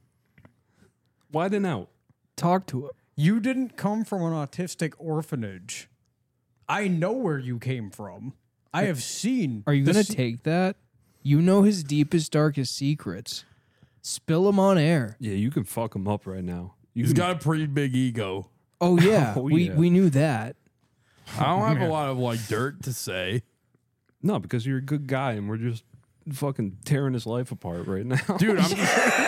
Speaker 3: Widen out.
Speaker 2: Talk to him.
Speaker 1: You didn't come from an autistic orphanage. I know where you came from. I have seen.
Speaker 2: Are you
Speaker 1: the
Speaker 2: gonna
Speaker 1: se-
Speaker 2: take that? You know his deepest, darkest secrets. Spill them on air.
Speaker 3: Yeah, you can fuck him up right now. You
Speaker 4: He's
Speaker 3: can,
Speaker 4: got a pretty big ego.
Speaker 2: Oh yeah,
Speaker 3: Oh,
Speaker 2: we
Speaker 3: yeah.
Speaker 2: we knew that.
Speaker 4: I don't have a lot of like dirt to say.
Speaker 3: no, because you're a good guy, and we're just fucking tearing his life apart right now.
Speaker 4: Dude, I'm just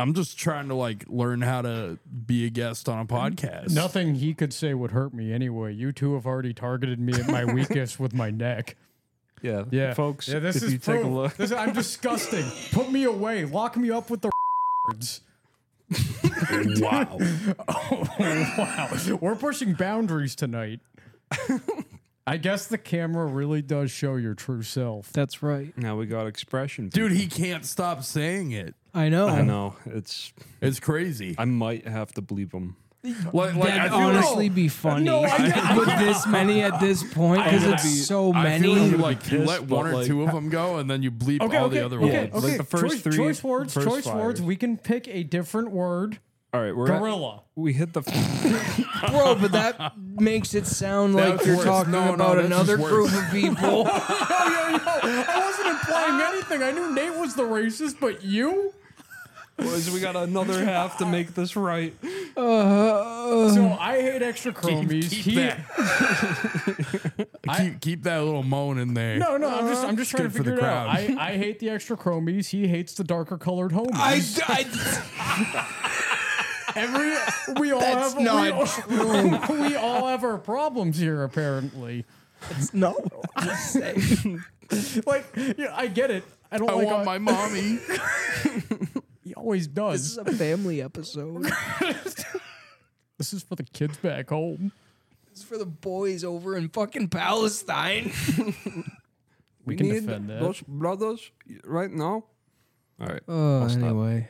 Speaker 4: I'm just trying to like learn how to be a guest on a podcast.
Speaker 1: Nothing he could say would hurt me anyway. You two have already targeted me at my weakest with my neck.
Speaker 3: Yeah,
Speaker 1: Yeah,
Speaker 3: folks.
Speaker 1: Yeah, this
Speaker 3: if
Speaker 1: is
Speaker 3: you take a
Speaker 1: proof.
Speaker 3: look,
Speaker 1: This- I'm disgusting. Put me away. Lock me up with the. birds.
Speaker 4: Wow.
Speaker 1: wow, we're pushing boundaries tonight. I guess the camera really does show your true self.
Speaker 2: That's right.
Speaker 3: now we got expression.
Speaker 4: Dude, he can't stop saying it.
Speaker 2: I know.
Speaker 3: I know it's.
Speaker 4: It's crazy.
Speaker 3: I might have to bleep him.
Speaker 4: Like, like I
Speaker 2: That'd
Speaker 4: feel like,
Speaker 2: honestly be funny.
Speaker 1: No, I-
Speaker 2: with this many at this point, because
Speaker 4: I-
Speaker 2: it's so
Speaker 4: I feel
Speaker 2: many.
Speaker 4: like,
Speaker 3: be
Speaker 4: like you
Speaker 3: pissed,
Speaker 4: let
Speaker 3: but,
Speaker 4: one or
Speaker 3: like-
Speaker 4: two of them go, and then you bleep all the other
Speaker 1: okay,
Speaker 4: ones.
Speaker 1: okay.
Speaker 3: Like the first
Speaker 1: choice,
Speaker 3: three-
Speaker 1: choice words,
Speaker 3: first
Speaker 1: choice
Speaker 3: five.
Speaker 1: words. We can pick a different word.
Speaker 3: All right, we're at-
Speaker 1: Gorilla.
Speaker 3: we hit the.
Speaker 2: Bro, but that makes it sound
Speaker 4: That's
Speaker 2: like you're
Speaker 4: worse.
Speaker 2: talking
Speaker 4: No, no,
Speaker 2: about
Speaker 4: that's
Speaker 2: another
Speaker 4: just
Speaker 2: group
Speaker 4: worse.
Speaker 2: of people.
Speaker 1: yo, yo, yo! I wasn't implying anything. I knew Nate was the racist, but you.
Speaker 3: Boys, we got another half to make this right.
Speaker 2: Uh,
Speaker 1: So I hate extra chromies.
Speaker 4: Keep
Speaker 1: he,
Speaker 4: that. keep, keep that little moan in there.
Speaker 1: Oh, no, no, I'm just, I'm Uh, just trying to
Speaker 4: It's good for
Speaker 1: figure
Speaker 4: the
Speaker 1: it out. I,
Speaker 4: crowd.
Speaker 1: I hate the extra chromies. He hates the darker colored homies. Every we all
Speaker 2: That's
Speaker 1: have we,
Speaker 2: not
Speaker 1: all- we all have our problems here, apparently.
Speaker 2: no. I say.
Speaker 1: Like, yeah, I get it. I don't
Speaker 4: I
Speaker 1: like.
Speaker 4: want
Speaker 1: uh,
Speaker 4: my mommy.
Speaker 1: he always does.
Speaker 2: This is a family episode.
Speaker 1: this is for the kids back home.
Speaker 2: It's for the boys over in fucking Palestine.
Speaker 1: We, can defend that.
Speaker 3: those brothers right now. All right.
Speaker 2: Oh, anyway.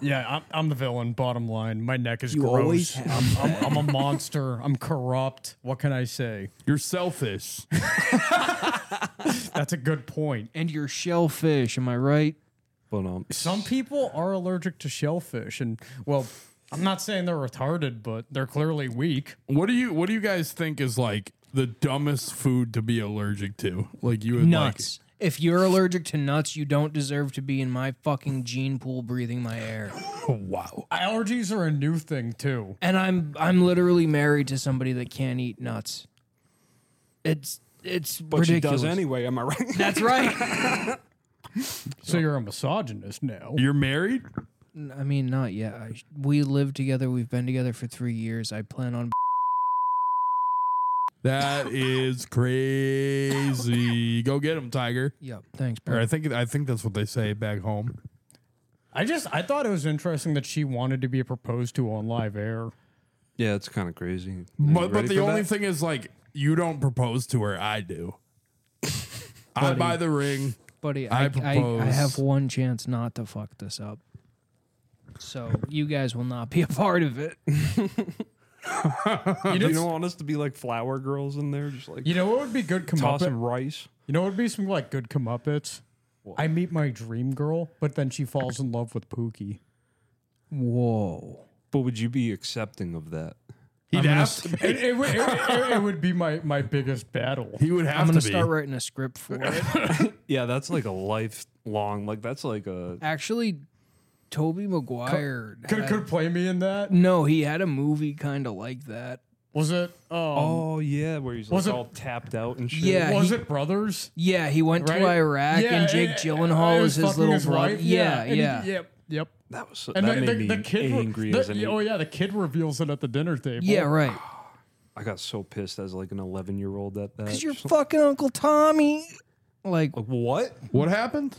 Speaker 1: Yeah, I'm, I'm the villain. Bottom line, my neck is
Speaker 2: You
Speaker 1: gross.
Speaker 2: always have
Speaker 1: I'm, I'm, I'm a monster. I'm corrupt. What can I say?
Speaker 4: You're selfish.
Speaker 1: That's a good point.
Speaker 2: And your shellfish, am I right?
Speaker 3: But um,
Speaker 1: Some people are allergic to shellfish, and well, I'm not saying they're retarded, but they're clearly weak.
Speaker 4: What do you What do you guys think is like the dumbest food to be allergic to? Like you would
Speaker 2: Nuts. If you're allergic to nuts, you don't deserve to be in my fucking gene pool breathing my air.
Speaker 4: like. Oh, wow.
Speaker 1: Allergies are a new thing too.
Speaker 2: and I'm I'm literally married to somebody that can't eat nuts. It's it's
Speaker 3: but she
Speaker 2: ridiculous.
Speaker 3: does anyway. Am I right?
Speaker 2: That's right.
Speaker 1: So you're a misogynist now.
Speaker 4: You're married?
Speaker 2: N- I mean, not yet. I, we live together. We've been together for three years. I plan on.
Speaker 4: That is crazy. Go get him, Tiger.
Speaker 2: Yep. Thanks, bro.
Speaker 4: Or I think I think that's what they say back home.
Speaker 1: I just I thought it was interesting that she wanted to be proposed to on live air.
Speaker 3: Yeah, it's kind of crazy. Are you
Speaker 4: But but
Speaker 3: ready
Speaker 4: the
Speaker 3: for
Speaker 4: only
Speaker 3: that?
Speaker 4: thing is like you don't propose to her, I do. I buy the ring.
Speaker 2: Buddy,
Speaker 4: I
Speaker 2: I, I, I
Speaker 4: propose-
Speaker 2: have one chance not to fuck this up. So you guys will not be a part of it.
Speaker 1: You,
Speaker 3: you
Speaker 1: just-
Speaker 3: don't want us to be like flower girls in there, just like
Speaker 1: you know what would be good
Speaker 3: tossing
Speaker 1: comeuppance?
Speaker 3: rice.
Speaker 1: You know what would be some like good comeuppance? I meet my dream girl, but then she falls in love with Pookie.
Speaker 2: Whoa.
Speaker 3: But would you be accepting of that?
Speaker 4: He'd have to,
Speaker 1: It, it, would- it, it- it would be my, my biggest battle.
Speaker 4: he would
Speaker 2: I'm
Speaker 4: have
Speaker 2: going to
Speaker 4: to be.
Speaker 2: start writing a script for it.
Speaker 3: Yeah, that's like a lifelong. Like that's like a
Speaker 2: Actually, Toby Maguire.
Speaker 1: Could
Speaker 2: had-
Speaker 1: could play me in that?
Speaker 2: no, he had a movie kind of like that.
Speaker 1: Was it? Um,
Speaker 3: oh yeah, where he's
Speaker 1: Was
Speaker 3: like
Speaker 1: it-
Speaker 3: all tapped out and shit.
Speaker 2: Yeah.
Speaker 1: was
Speaker 2: he-
Speaker 1: it Brothers?
Speaker 2: Yeah, he went
Speaker 1: Right?
Speaker 2: to Iraq
Speaker 1: Yeah,
Speaker 2: and Jake
Speaker 1: I- I- I
Speaker 2: Gyllenhaal was his
Speaker 1: fucking
Speaker 2: little
Speaker 1: his
Speaker 2: brother.
Speaker 1: wife,
Speaker 2: Yeah,
Speaker 1: and he-
Speaker 2: yeah.
Speaker 1: yep, yep.
Speaker 3: that was so,
Speaker 1: And
Speaker 3: that
Speaker 1: the,
Speaker 3: made
Speaker 1: the,
Speaker 3: me
Speaker 1: the kid, re-
Speaker 3: angry
Speaker 1: the-
Speaker 3: as an
Speaker 1: oh yeah, the kid reveals it at the dinner table.
Speaker 2: Yeah, right.
Speaker 3: I got so pissed as like an 11 year old at that.
Speaker 2: Because you're fucking Uncle Tommy. Like,
Speaker 3: like, what?
Speaker 4: what happened?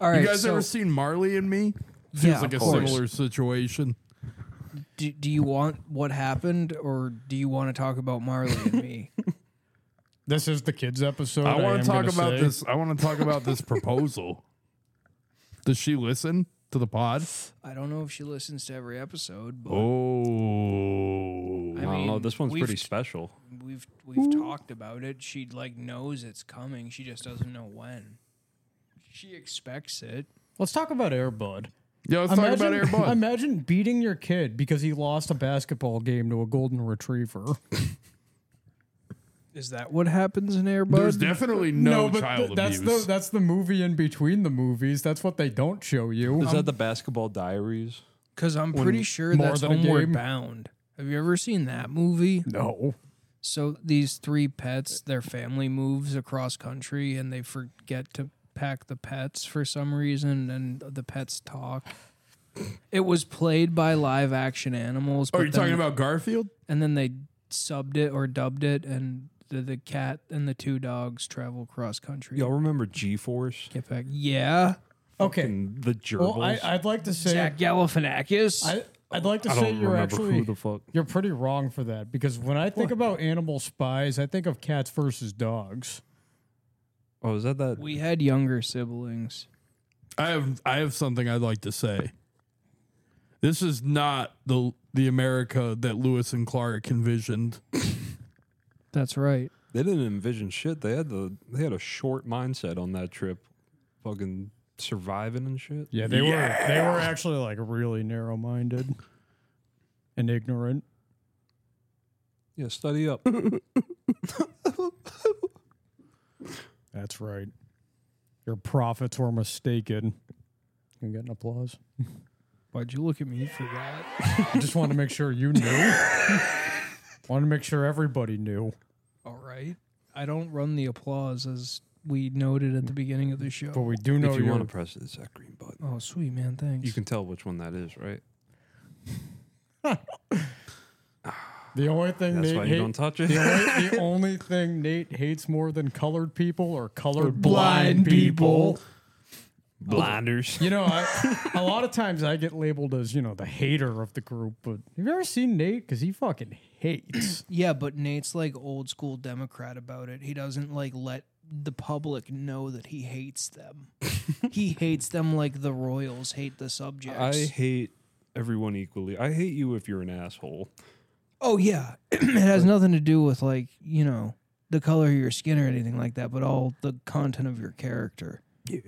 Speaker 2: all right.
Speaker 4: you guys
Speaker 2: so,
Speaker 4: ever seen Marley and Me? Seems
Speaker 2: Yeah,
Speaker 4: like
Speaker 2: of
Speaker 4: a
Speaker 2: course.
Speaker 4: similar situation.
Speaker 2: do, do you want what happened or do you want to talk about Marley and me?
Speaker 1: This is the kids episode.
Speaker 4: I want
Speaker 1: am
Speaker 4: to talk
Speaker 1: gonna
Speaker 4: about
Speaker 1: say.
Speaker 4: this. I want to talk about this proposal. Does she listen to the pod?
Speaker 2: I don't know if she listens to every episode, but
Speaker 4: Oh,
Speaker 3: I, don't know.
Speaker 2: mean,
Speaker 3: This one's
Speaker 2: we've-
Speaker 3: pretty special.
Speaker 2: we've we've talked about it. She like knows it's coming. She just doesn't know when. She expects it.
Speaker 1: Let's talk about Airbud.
Speaker 4: yeah. Let's talk about Air Bud.
Speaker 1: imagine beating your kid because he lost a basketball game to a golden retriever.
Speaker 2: Is that what happens in
Speaker 4: There's
Speaker 2: Airbud?
Speaker 4: definitely no,
Speaker 1: but
Speaker 4: child
Speaker 1: th- that's
Speaker 4: abuse.
Speaker 1: the that's the movie in between the movies. That's what they don't show you. Um,
Speaker 3: Is that the basketball diaries?
Speaker 2: Because I'm pretty sure
Speaker 1: more
Speaker 2: that's
Speaker 1: than a game?
Speaker 2: Homeward Bound. Have you ever seen that movie?
Speaker 1: no.
Speaker 2: So these three pets, their family moves across country, and they forget to pack the pets for some reason, and the pets talk. It was played by live action animals.
Speaker 4: oh,
Speaker 2: but
Speaker 4: you're talking
Speaker 2: then-
Speaker 4: about Garfield?
Speaker 2: and then they subbed it or dubbed it, and the, the cat and the two dogs travel cross country.
Speaker 3: Y'all remember G Force?
Speaker 2: Get back. Yeah,
Speaker 1: Okay.
Speaker 3: And the gerbils?
Speaker 1: Well, I, I'd like to say
Speaker 2: Zach Galifianakis.
Speaker 1: I, I'd like to
Speaker 3: I
Speaker 1: say
Speaker 3: don't
Speaker 1: you're
Speaker 3: remember
Speaker 1: actually
Speaker 3: who the fuck.
Speaker 1: you're pretty wrong for that because when I think about animal spies, I think of cats versus dogs.
Speaker 3: Oh, is that that?
Speaker 2: we had younger siblings.
Speaker 4: I have I have something I'd like to say. This is not the the America that Lewis and Clark envisioned.
Speaker 2: That's right.
Speaker 3: They didn't envision shit. They had the they had a short mindset on that trip, fucking surviving and shit.
Speaker 1: Yeah, they were they were actually like really narrow minded and ignorant.
Speaker 3: Yeah, study up.
Speaker 1: That's right. Your prophets were mistaken. Can we get an applause?
Speaker 2: Why'd you look at me for that?
Speaker 1: I just wanted to make sure you knew. wanted to make sure everybody knew.
Speaker 2: All right. I don't run the applause as we noted at the beginning of the
Speaker 1: But
Speaker 2: show.
Speaker 1: we do know
Speaker 3: if you
Speaker 1: you're-
Speaker 3: want to press it, it's that green button.
Speaker 2: Oh, sweet man, thanks.
Speaker 3: You can tell which one that is, right?
Speaker 1: the only thing
Speaker 3: That's
Speaker 1: Nate
Speaker 3: why you
Speaker 1: hate-
Speaker 3: don't touch it.
Speaker 1: the, only, the only thing Nate hates more than colored people are colored blind
Speaker 2: blind
Speaker 1: people.
Speaker 2: people.
Speaker 3: Blinders.
Speaker 1: You know, I, a lot of times I get labeled as you know the hater of the group. But have you ever seen Nate? Because he fucking hates.
Speaker 2: yeah, but Nate's like old school Democrat about it. He doesn't like let the public know that he hates them. he hates them like the royals hate the
Speaker 3: I
Speaker 2: subjects.
Speaker 3: hate everyone equally. I hate you if you're an asshole.
Speaker 2: oh yeah, it has nothing to do with like you know the color of your skin or anything like that, but all the content of your character.
Speaker 3: Yeah.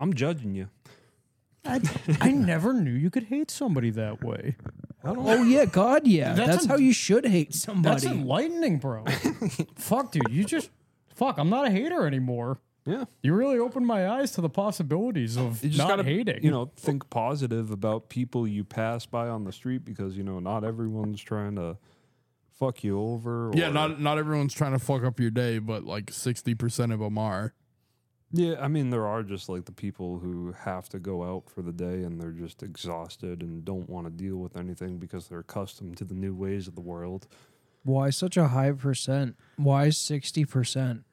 Speaker 3: I'm judging you.
Speaker 1: I, I never knew you could hate somebody that way.
Speaker 2: Oh yeah, God yeah,
Speaker 1: That's
Speaker 2: that's,
Speaker 1: a-
Speaker 2: how you should hate
Speaker 1: That's
Speaker 2: somebody.
Speaker 1: enlightening, bro. fuck, dude. You just fuck. I'm not a hater anymore.
Speaker 3: Yeah.
Speaker 1: You really opened my eyes to the possibilities of
Speaker 3: You just
Speaker 1: not
Speaker 3: gotta,
Speaker 1: hating.
Speaker 3: you know, think positive about people you pass by on the street because you know not everyone's trying to fuck you over. Or,
Speaker 4: Yeah, not not everyone's trying to fuck up your day, but like sixty percent of them are.
Speaker 3: Yeah, I mean, there are just like the people who have to go out for the day and they're just exhausted and don't want to deal with anything because they're accustomed to the new ways of the world.
Speaker 2: Why such a high percent? Why 60%?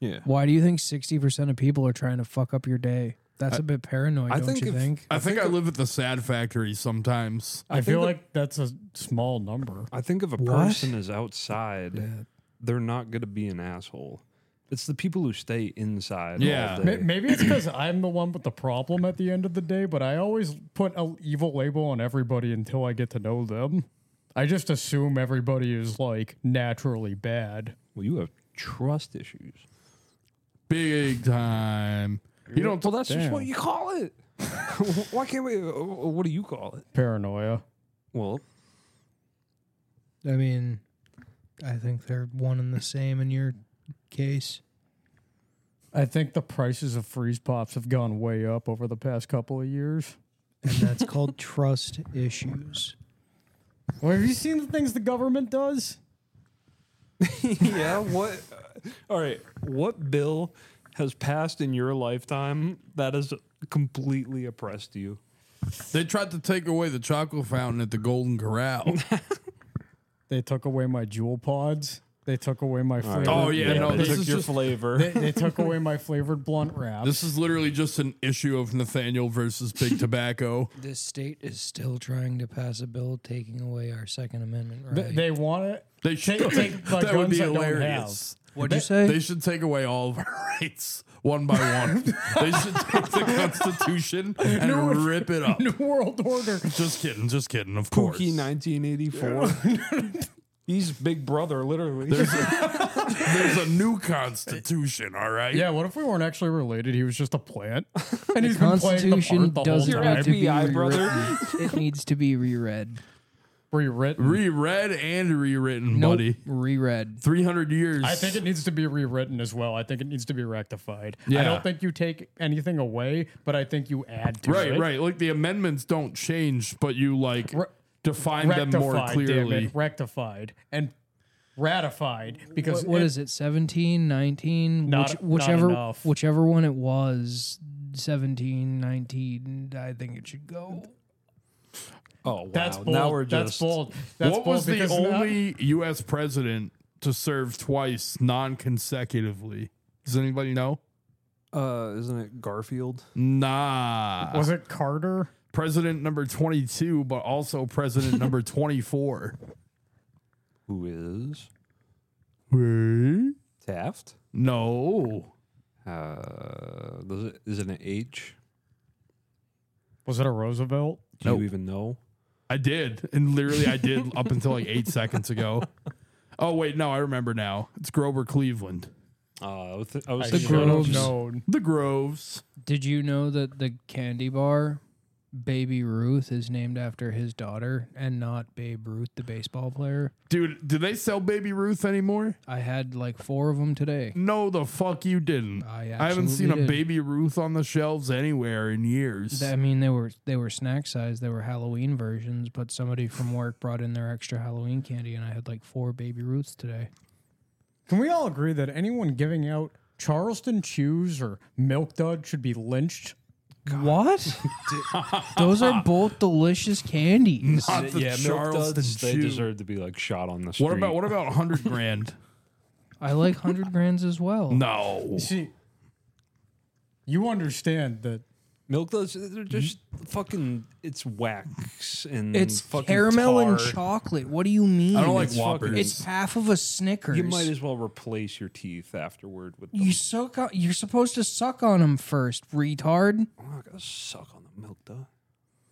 Speaker 3: Yeah.
Speaker 2: Why do you think 60% of people are trying to fuck up your day? That's a bit paranoid,
Speaker 3: I
Speaker 2: don't
Speaker 3: think
Speaker 2: you
Speaker 3: if-
Speaker 2: think?
Speaker 4: I think I live at the sad factory sometimes.
Speaker 1: I,
Speaker 3: think
Speaker 1: feel
Speaker 3: the-
Speaker 1: like that's a small number.
Speaker 3: I think if a
Speaker 2: What?
Speaker 3: person is outside, they're not going to be an asshole. It's the people who stay inside.
Speaker 4: Yeah.
Speaker 3: All
Speaker 1: May-
Speaker 3: day.
Speaker 1: Maybe it's because I'm the one with the problem at the end of the day, but I always put an evil label on everybody until I get to know them. I just assume everybody is like naturally bad.
Speaker 3: Well, you have trust issues.
Speaker 4: Big time. You don't.
Speaker 3: Well, that's just what
Speaker 1: Damn.
Speaker 3: you call it. Why can't we? uh, What do you call it?
Speaker 1: Paranoia.
Speaker 3: Well,
Speaker 2: I mean, I think they're one and the same in your case.
Speaker 1: I think the prices of freeze pops have gone way up over the past couple of years.
Speaker 2: And that's called trust issues.
Speaker 1: Well, have you seen the things the government does?
Speaker 3: yeah. What? uh, All right. What bill has passed in your lifetime that has completely oppressed you?
Speaker 4: They tried to take away the chocolate fountain at the Golden Corral.
Speaker 1: They took away my jewel pods. They took away my flavored.
Speaker 4: Oh, yeah,
Speaker 1: They,
Speaker 4: no,
Speaker 1: they,
Speaker 4: this
Speaker 3: took
Speaker 4: is
Speaker 3: your
Speaker 4: just-
Speaker 3: flavor.
Speaker 1: they- they took away my flavored blunt wraps.
Speaker 4: this is literally just an issue of Nathaniel versus Big Tobacco.
Speaker 2: This state is still trying to pass a bill taking away our Second Amendment right.
Speaker 1: Th- they want it.
Speaker 4: They should.
Speaker 1: Take- take the
Speaker 4: that would
Speaker 1: guns
Speaker 4: be
Speaker 1: I don't have.
Speaker 4: hilarious.
Speaker 2: What'd you
Speaker 4: They
Speaker 2: say?
Speaker 4: should take away all of our rights one by one. they should take the Constitution and rip it up.
Speaker 1: New World Order.
Speaker 4: Just kidding, just kidding. Of course,
Speaker 3: Pookie 1984. He's Big Brother, literally.
Speaker 4: there's a new Constitution. All right.
Speaker 1: Yeah, what if we weren't actually related? He was just a plant, and he's been playing the
Speaker 2: Constitution
Speaker 1: part the whole
Speaker 2: doesn't
Speaker 1: time.
Speaker 2: need to be
Speaker 3: Your FBI, brother.
Speaker 2: rewritten. It needs to be reread.
Speaker 1: Rewritten.
Speaker 4: Reread and rewritten,
Speaker 2: Nope,
Speaker 4: buddy.
Speaker 2: reread.
Speaker 4: Three hundred years.
Speaker 1: I think it needs to be rewritten as well. I think it needs to be rectified. I
Speaker 4: Yeah.
Speaker 1: don't think you take anything away, but I think you add to
Speaker 4: right,
Speaker 1: it.
Speaker 4: right. Like the amendmendments don't change, but you like
Speaker 1: Re-
Speaker 4: define
Speaker 1: Rectified,
Speaker 4: them more
Speaker 1: damn
Speaker 4: clearly.
Speaker 1: it. Rectified and ratified because
Speaker 2: What, what
Speaker 1: it-
Speaker 2: is it? 17, 19,
Speaker 1: Not- not
Speaker 2: whichever
Speaker 1: enough.
Speaker 2: whichever one it was, 17, 19, I think it should go.
Speaker 3: oh, wow.
Speaker 1: That's bold.
Speaker 3: Now we're
Speaker 1: That's
Speaker 3: just.
Speaker 1: bold. That's
Speaker 4: what
Speaker 1: bold
Speaker 4: was the
Speaker 1: because now-
Speaker 4: only U.S. president to serve twice non-consecutively? Does anybody know?
Speaker 3: Uh, isn't it Garfield?
Speaker 4: Nah.
Speaker 1: was it Carter?
Speaker 4: president number 22, but also president number 24.
Speaker 3: Who is Taft?
Speaker 4: No.
Speaker 3: Uh, does it, is it an H?
Speaker 1: Was it a Roosevelt?
Speaker 3: Do
Speaker 4: Nope.
Speaker 3: you even know?
Speaker 4: I did. And literally, I did up until like eight seconds ago. Oh, wait. No, I remember now. It's Grover Cleveland.
Speaker 3: Uh, I was, th- I was
Speaker 1: I
Speaker 3: thinking
Speaker 1: should have
Speaker 2: Groves.
Speaker 1: known.
Speaker 4: The Groves.
Speaker 2: Did you know that the candy bar Baby Ruth is named after his daughter and not Babe Ruth the baseball player?
Speaker 4: Dude, do they sell Baby Ruth anymore?
Speaker 2: I had like 4 of them today.
Speaker 4: No, the fuck you didn't.
Speaker 2: I
Speaker 4: I haven't seen
Speaker 2: absolutely
Speaker 4: a
Speaker 2: did.
Speaker 4: Baby Ruth on the shelves anywhere in years.
Speaker 2: Th- I mean, they were they were snack size. They were Halloween versions, but somebody from work brought in their extra Halloween candy, and I had like four Baby Ruths today.
Speaker 1: Can we all agree that anyone giving out Charleston chews or milk dud should be lynched?
Speaker 2: What? Those are both delicious candies.
Speaker 4: Not the
Speaker 3: yeah, milk
Speaker 4: Charleston
Speaker 3: duds, they
Speaker 4: Chew.
Speaker 3: deserve to be like shot on the street.
Speaker 4: What about what about 100 grand?
Speaker 2: I like hundred grands as well.
Speaker 4: No.
Speaker 1: See, you understand that
Speaker 3: milk duds? They're just fucking. It's wax and
Speaker 2: It's
Speaker 3: fucking
Speaker 2: caramel and
Speaker 3: tar.
Speaker 2: chocolate. What do you mean?
Speaker 4: I don't like
Speaker 3: It's fucking-
Speaker 4: Whoppers.
Speaker 2: It's half of a Snickers.
Speaker 3: You might as well replace your teeth afterward with.
Speaker 2: You
Speaker 3: You
Speaker 2: suck. On, you're supposed to suck on them first, retard.
Speaker 3: I'm not gonna suck on the milk dud.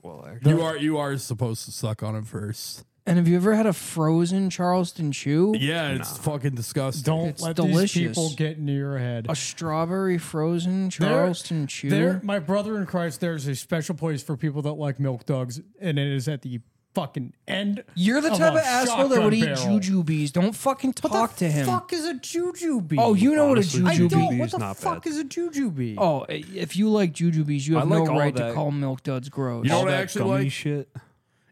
Speaker 3: Well, actually,
Speaker 4: You are you are supposed to suck on it first.
Speaker 2: And have you ever had a frozen Charleston chew?
Speaker 4: Yeah, it's fucking disgusting.
Speaker 1: don't
Speaker 2: It's
Speaker 1: let
Speaker 2: delicious.
Speaker 1: these people get into your head.
Speaker 2: A strawberry frozen Charleston chew.
Speaker 1: There, my brother in Christ, there's a special place for people that like milk dogs, and it is at the fucking end.
Speaker 2: You're the type
Speaker 1: a
Speaker 2: of asshole that
Speaker 1: shotgun
Speaker 2: would eat
Speaker 1: barrel.
Speaker 2: jujubes. Don't fucking talk to him.
Speaker 1: Fuck is a jujube?
Speaker 2: Oh, you know
Speaker 3: Honestly,
Speaker 2: what
Speaker 1: I
Speaker 2: a jujube
Speaker 1: don't. What
Speaker 3: is
Speaker 1: the
Speaker 3: not
Speaker 1: fuck
Speaker 3: bad.
Speaker 1: is a jujube?
Speaker 2: Oh, i- if you like jujubes, you have
Speaker 3: like
Speaker 2: no
Speaker 3: all
Speaker 2: right to
Speaker 3: that-
Speaker 2: call milk duds gross.
Speaker 4: You know
Speaker 3: all
Speaker 4: what I
Speaker 3: that
Speaker 4: actually
Speaker 3: gummy
Speaker 4: like?
Speaker 3: shit.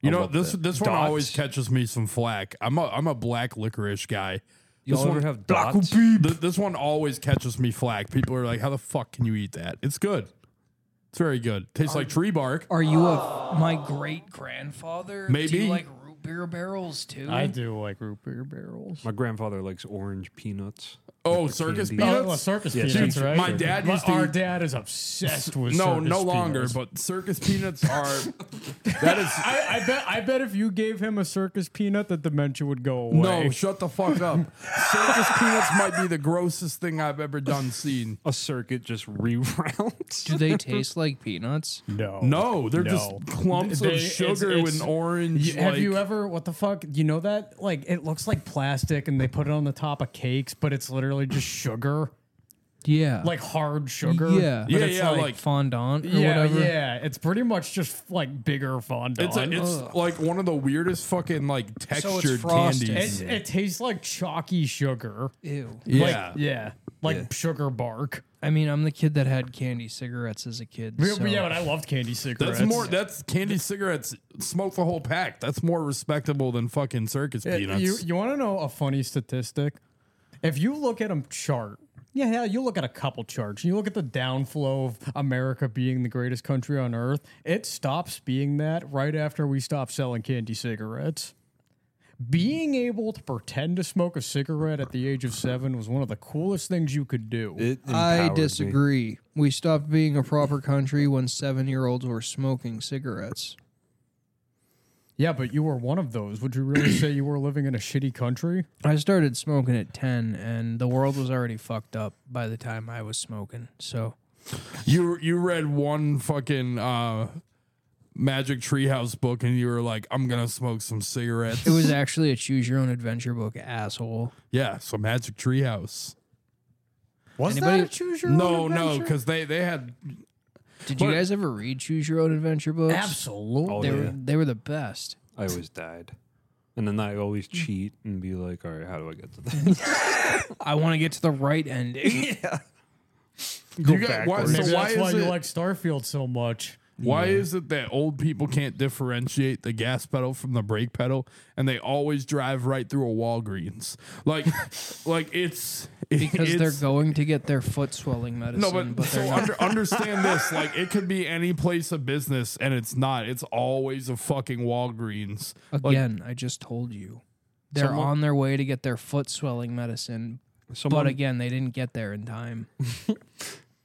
Speaker 4: You
Speaker 3: I
Speaker 4: know
Speaker 3: love
Speaker 4: this
Speaker 3: that.
Speaker 4: this one always
Speaker 3: Dots.
Speaker 4: catches me some flack. I'm a I'm a black licorice guy,
Speaker 3: Y'all
Speaker 4: this
Speaker 3: ever
Speaker 4: one,
Speaker 3: have
Speaker 4: Black
Speaker 3: dots?
Speaker 4: Th- this one always catches me flack. People are like, "How the fuck can you eat that?" It's good. It's very good. Tastes like tree bark.
Speaker 2: Are you a my great grandfather? Do
Speaker 4: Maybe.
Speaker 2: you like root beer barrels too?
Speaker 1: I do like root beer barrels.
Speaker 3: My grandfather likes orange peanuts.
Speaker 4: Oh, circus
Speaker 3: candy.
Speaker 4: peanuts.
Speaker 1: Oh, well, circus
Speaker 3: Yeah,
Speaker 1: peanuts,
Speaker 4: dude,
Speaker 1: right?
Speaker 4: my dad used to
Speaker 1: Our
Speaker 4: eat-
Speaker 1: dad is obsessed with
Speaker 4: no,
Speaker 1: circus
Speaker 4: no longer.
Speaker 1: peanuts.
Speaker 4: But circus peanuts are. that is
Speaker 1: I, I bet I bet if you gave him a circus peanut, that dementia would go away.
Speaker 4: no. Shut the fuck up. circus peanuts might be the grossest thing I've ever done seen.
Speaker 3: A circuit just rerounds.
Speaker 2: do they taste like peanuts?
Speaker 1: no,
Speaker 4: No, they're
Speaker 1: No.
Speaker 4: just clumps
Speaker 1: They-
Speaker 4: of
Speaker 1: it's-
Speaker 4: sugar
Speaker 1: it's-
Speaker 4: with an orange.
Speaker 1: Y- Have you
Speaker 4: like-
Speaker 1: ever? What the fuck? You know that? Like, it looks like plastic, and they put it on the top of cakes, but it's literally just sugar,
Speaker 2: Yeah.
Speaker 1: like hard sugar.
Speaker 2: Yeah.
Speaker 1: But
Speaker 4: Yeah,
Speaker 1: it's
Speaker 4: yeah,
Speaker 1: Like,
Speaker 4: like-
Speaker 2: fondant or
Speaker 1: yeah,
Speaker 2: whatever.
Speaker 1: yeah. It's pretty much just like bigger fondant.
Speaker 4: It's a, it's like one of the weirdest fucking like textured
Speaker 2: frosted.
Speaker 4: candies.
Speaker 1: it, it tastes like chalky sugar.
Speaker 2: Ew.
Speaker 4: yeah.
Speaker 1: Like, yeah. Like sugar bark.
Speaker 2: I mean, I'm the kid that had candy cigarettes as a kid.
Speaker 1: Yeah,
Speaker 2: so-
Speaker 1: but yeah, but I loved candy cigarettes.
Speaker 4: That's more. That's candy cigarettes. Smoke the whole pack. That's more respectable than fucking circus
Speaker 1: Yeah,
Speaker 4: peanuts.
Speaker 1: Eh, You you want to know a funny statistic? If you look at a chart, yeah, hell, you look at a couple charts. You look at the downflow of America being the greatest country on earth. It stops being that right after we stop selling candy cigarettes. Being able to pretend to smoke a cigarette at the age of seven was one of the coolest things you could do.
Speaker 3: It
Speaker 2: I
Speaker 3: empowered me.
Speaker 2: disagree. We stopped being a proper country when seven year olds were smoking cigarettes.
Speaker 1: yeah, but you were one of those. Would you really say you were living in a shitty country?
Speaker 2: I started smoking at 10, and the world was already fucked up by the time I was smoking. So,
Speaker 4: you you read one fucking uh, Magic Treehouse book and you were like, I'm gonna smoke some cigarettes.
Speaker 2: it was actually a choose your own adventure book, asshole.
Speaker 4: yeah, so Magic Treehouse.
Speaker 1: Was
Speaker 2: Anybody-
Speaker 1: that a choose your
Speaker 4: No,
Speaker 1: own
Speaker 4: no,
Speaker 1: adventure?
Speaker 4: because they they had
Speaker 2: Did you
Speaker 4: But-
Speaker 2: guys ever read choose your own adventure books?
Speaker 1: absolutely.
Speaker 3: Oh,
Speaker 2: They, were,
Speaker 3: yeah.
Speaker 2: they were the best.
Speaker 3: I always died. Mm. And then I always cheat and be like, all right, how do I get to that?
Speaker 2: I want to get to the right ending.
Speaker 4: you got, why,
Speaker 3: backwards.
Speaker 4: so
Speaker 1: Maybe
Speaker 4: why
Speaker 1: that's
Speaker 4: is
Speaker 1: why
Speaker 4: it
Speaker 1: you like Starfield so much.
Speaker 4: why is it that old people can't differentiate the gas pedal from the brake pedal and they always drive right through a Walgreens? Like like it's
Speaker 2: Because
Speaker 4: it's-
Speaker 2: they're going to get their foot swelling medicine,
Speaker 4: No,
Speaker 2: but,
Speaker 4: but, so
Speaker 2: they're not.
Speaker 4: under, understand this. Like, it could be any place of business, and it's not. It's always a fucking Walgreens. Like,
Speaker 2: Again, I just told you. They're
Speaker 4: Someone-
Speaker 2: on their way to get their foot swelling medicine,
Speaker 3: Someone,
Speaker 2: but again, they didn't get there in time.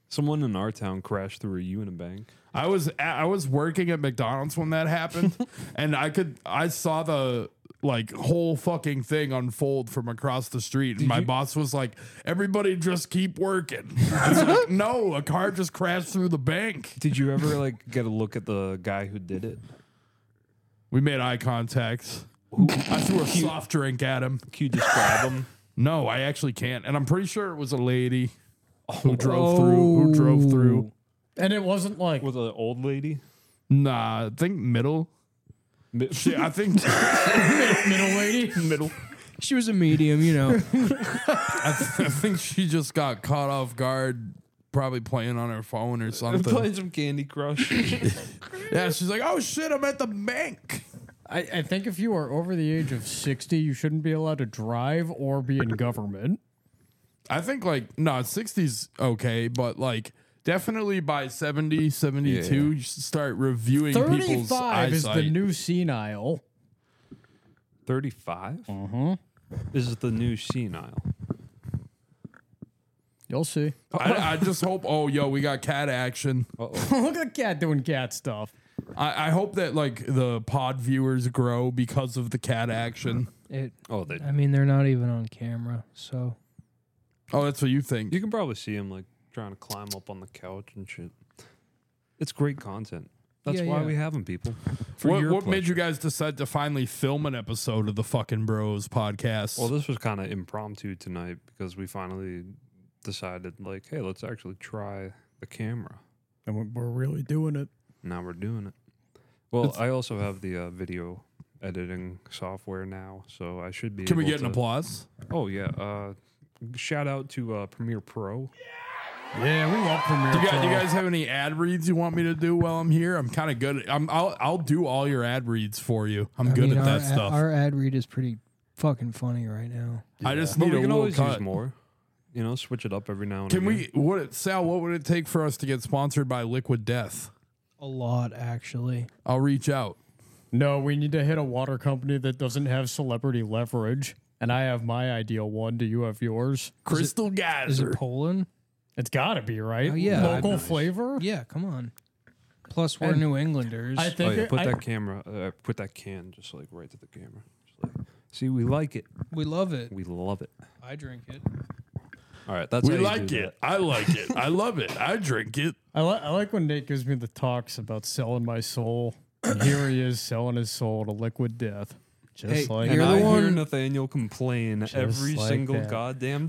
Speaker 3: someone in our town crashed through you in a bank.
Speaker 4: I was at, I was working at McDonald's when that happened, and I could I saw the like whole fucking thing unfold from across the street, and my boss was like, "Everybody just keep working." It's like, no, a car just crashed through the bank.
Speaker 3: Did you ever like get a look at the guy who did it?
Speaker 4: We made eye contact. I threw a soft drink at him.
Speaker 3: Can you describe him?
Speaker 4: No, I actually can't, and I'm pretty sure it was a lady who drove
Speaker 3: Oh.
Speaker 4: through. Who drove through?
Speaker 1: And it wasn't like
Speaker 3: With an old lady?
Speaker 4: Nah, I think middle.
Speaker 3: Mi-
Speaker 4: Yeah, I think
Speaker 1: middle lady.
Speaker 4: middle.
Speaker 2: She was a medium, you know.
Speaker 4: I, th- I think she just got caught off guard, probably playing on her phone or something.
Speaker 3: Playing some Candy Crush.
Speaker 4: Yeah, she's like, "Oh shit, I'm at the bank."
Speaker 1: I, I think if you are over the age of 60, you shouldn't be allowed to drive or be in government.
Speaker 4: I think like no, 60s okay, but like definitely by 70, 72,
Speaker 3: Yeah.
Speaker 4: you should start reviewing people's
Speaker 1: 35
Speaker 4: eyesight.
Speaker 1: is the new senile.
Speaker 3: 35? This is the new senile.
Speaker 1: You'll see.
Speaker 4: I, I just hope. Oh, yo, we got cat action.
Speaker 1: Look at the cat doing cat stuff.
Speaker 4: I, I hope that like the pod viewers grow because of the cat action.
Speaker 2: It,
Speaker 3: Oh, they,
Speaker 2: I mean, they're not even on camera, so
Speaker 4: Oh, that's what you think.
Speaker 3: you can probably see him like trying to climb up on the couch and shit. It's great content. That's
Speaker 2: Yeah,
Speaker 3: why
Speaker 2: yeah.
Speaker 3: we have them, people. For
Speaker 4: What,
Speaker 3: your
Speaker 4: what made
Speaker 3: pleasure.
Speaker 4: you guys decide to finally film an episode of the fucking Bros podcast?
Speaker 3: Well, this was kind of impromptu tonight because we finally decided, like, hey, let's actually try the camera.
Speaker 1: And we're- we're really doing it.
Speaker 3: Now we're doing it. Well, I also have the uh, video editing software now, so I should be.
Speaker 4: Can we
Speaker 3: able
Speaker 4: get an
Speaker 3: to-
Speaker 4: applause?
Speaker 3: Oh yeah! Uh, shout out to uh, Premiere Pro.
Speaker 1: Yeah, we love Premiere.
Speaker 4: You guys, you
Speaker 1: Pro.
Speaker 4: guys have any ad reads you want me to do while I'm here? I'm kind of good. At, I'm, I'll I'll do all your ad reads for you. I'm
Speaker 2: I
Speaker 4: good
Speaker 2: mean,
Speaker 4: at
Speaker 2: our
Speaker 4: that
Speaker 2: ad-
Speaker 4: stuff.
Speaker 2: Our ad read is pretty fucking funny right now.
Speaker 4: I just
Speaker 3: But
Speaker 4: need
Speaker 3: we
Speaker 4: a
Speaker 3: can
Speaker 4: little
Speaker 3: always
Speaker 4: cut.
Speaker 3: use more. You know, switch it up every now and
Speaker 4: Can
Speaker 3: again.
Speaker 4: we? What Sal? What would it take for us to get sponsored by Liquid Death?
Speaker 2: A lot, actually.
Speaker 4: I'll reach out.
Speaker 1: No, we need to hit a water company that doesn't have celebrity leverage. And I have my ideal one. Do you have yours?
Speaker 4: Crystal
Speaker 2: Is it
Speaker 4: Geyser.
Speaker 2: Poland?
Speaker 1: It's got to be right.
Speaker 2: Oh, yeah.
Speaker 1: local
Speaker 3: Nice.
Speaker 1: flavor.
Speaker 2: Yeah, come on. Plus, we're New Englanders.
Speaker 1: I
Speaker 3: Oh
Speaker 1: think
Speaker 3: yeah,
Speaker 1: it-
Speaker 3: put
Speaker 1: I-
Speaker 3: that camera, uh, put that can just like right to the camera. Just like, see, we like it.
Speaker 2: we love it.
Speaker 3: We love it.
Speaker 2: I drink it.
Speaker 3: All right, that's
Speaker 4: We
Speaker 3: how you
Speaker 4: like
Speaker 3: do
Speaker 4: it. I like it. I love it. I drink it.
Speaker 1: I, li- I like when Nate gives me the talks about selling my soul. And here he is selling his soul to liquid death. Just
Speaker 2: Hey,
Speaker 1: like
Speaker 3: That.
Speaker 2: You're
Speaker 3: and
Speaker 2: the
Speaker 3: I hear
Speaker 2: one-
Speaker 3: Nathaniel complain every
Speaker 1: like
Speaker 3: single
Speaker 1: that.
Speaker 3: goddamn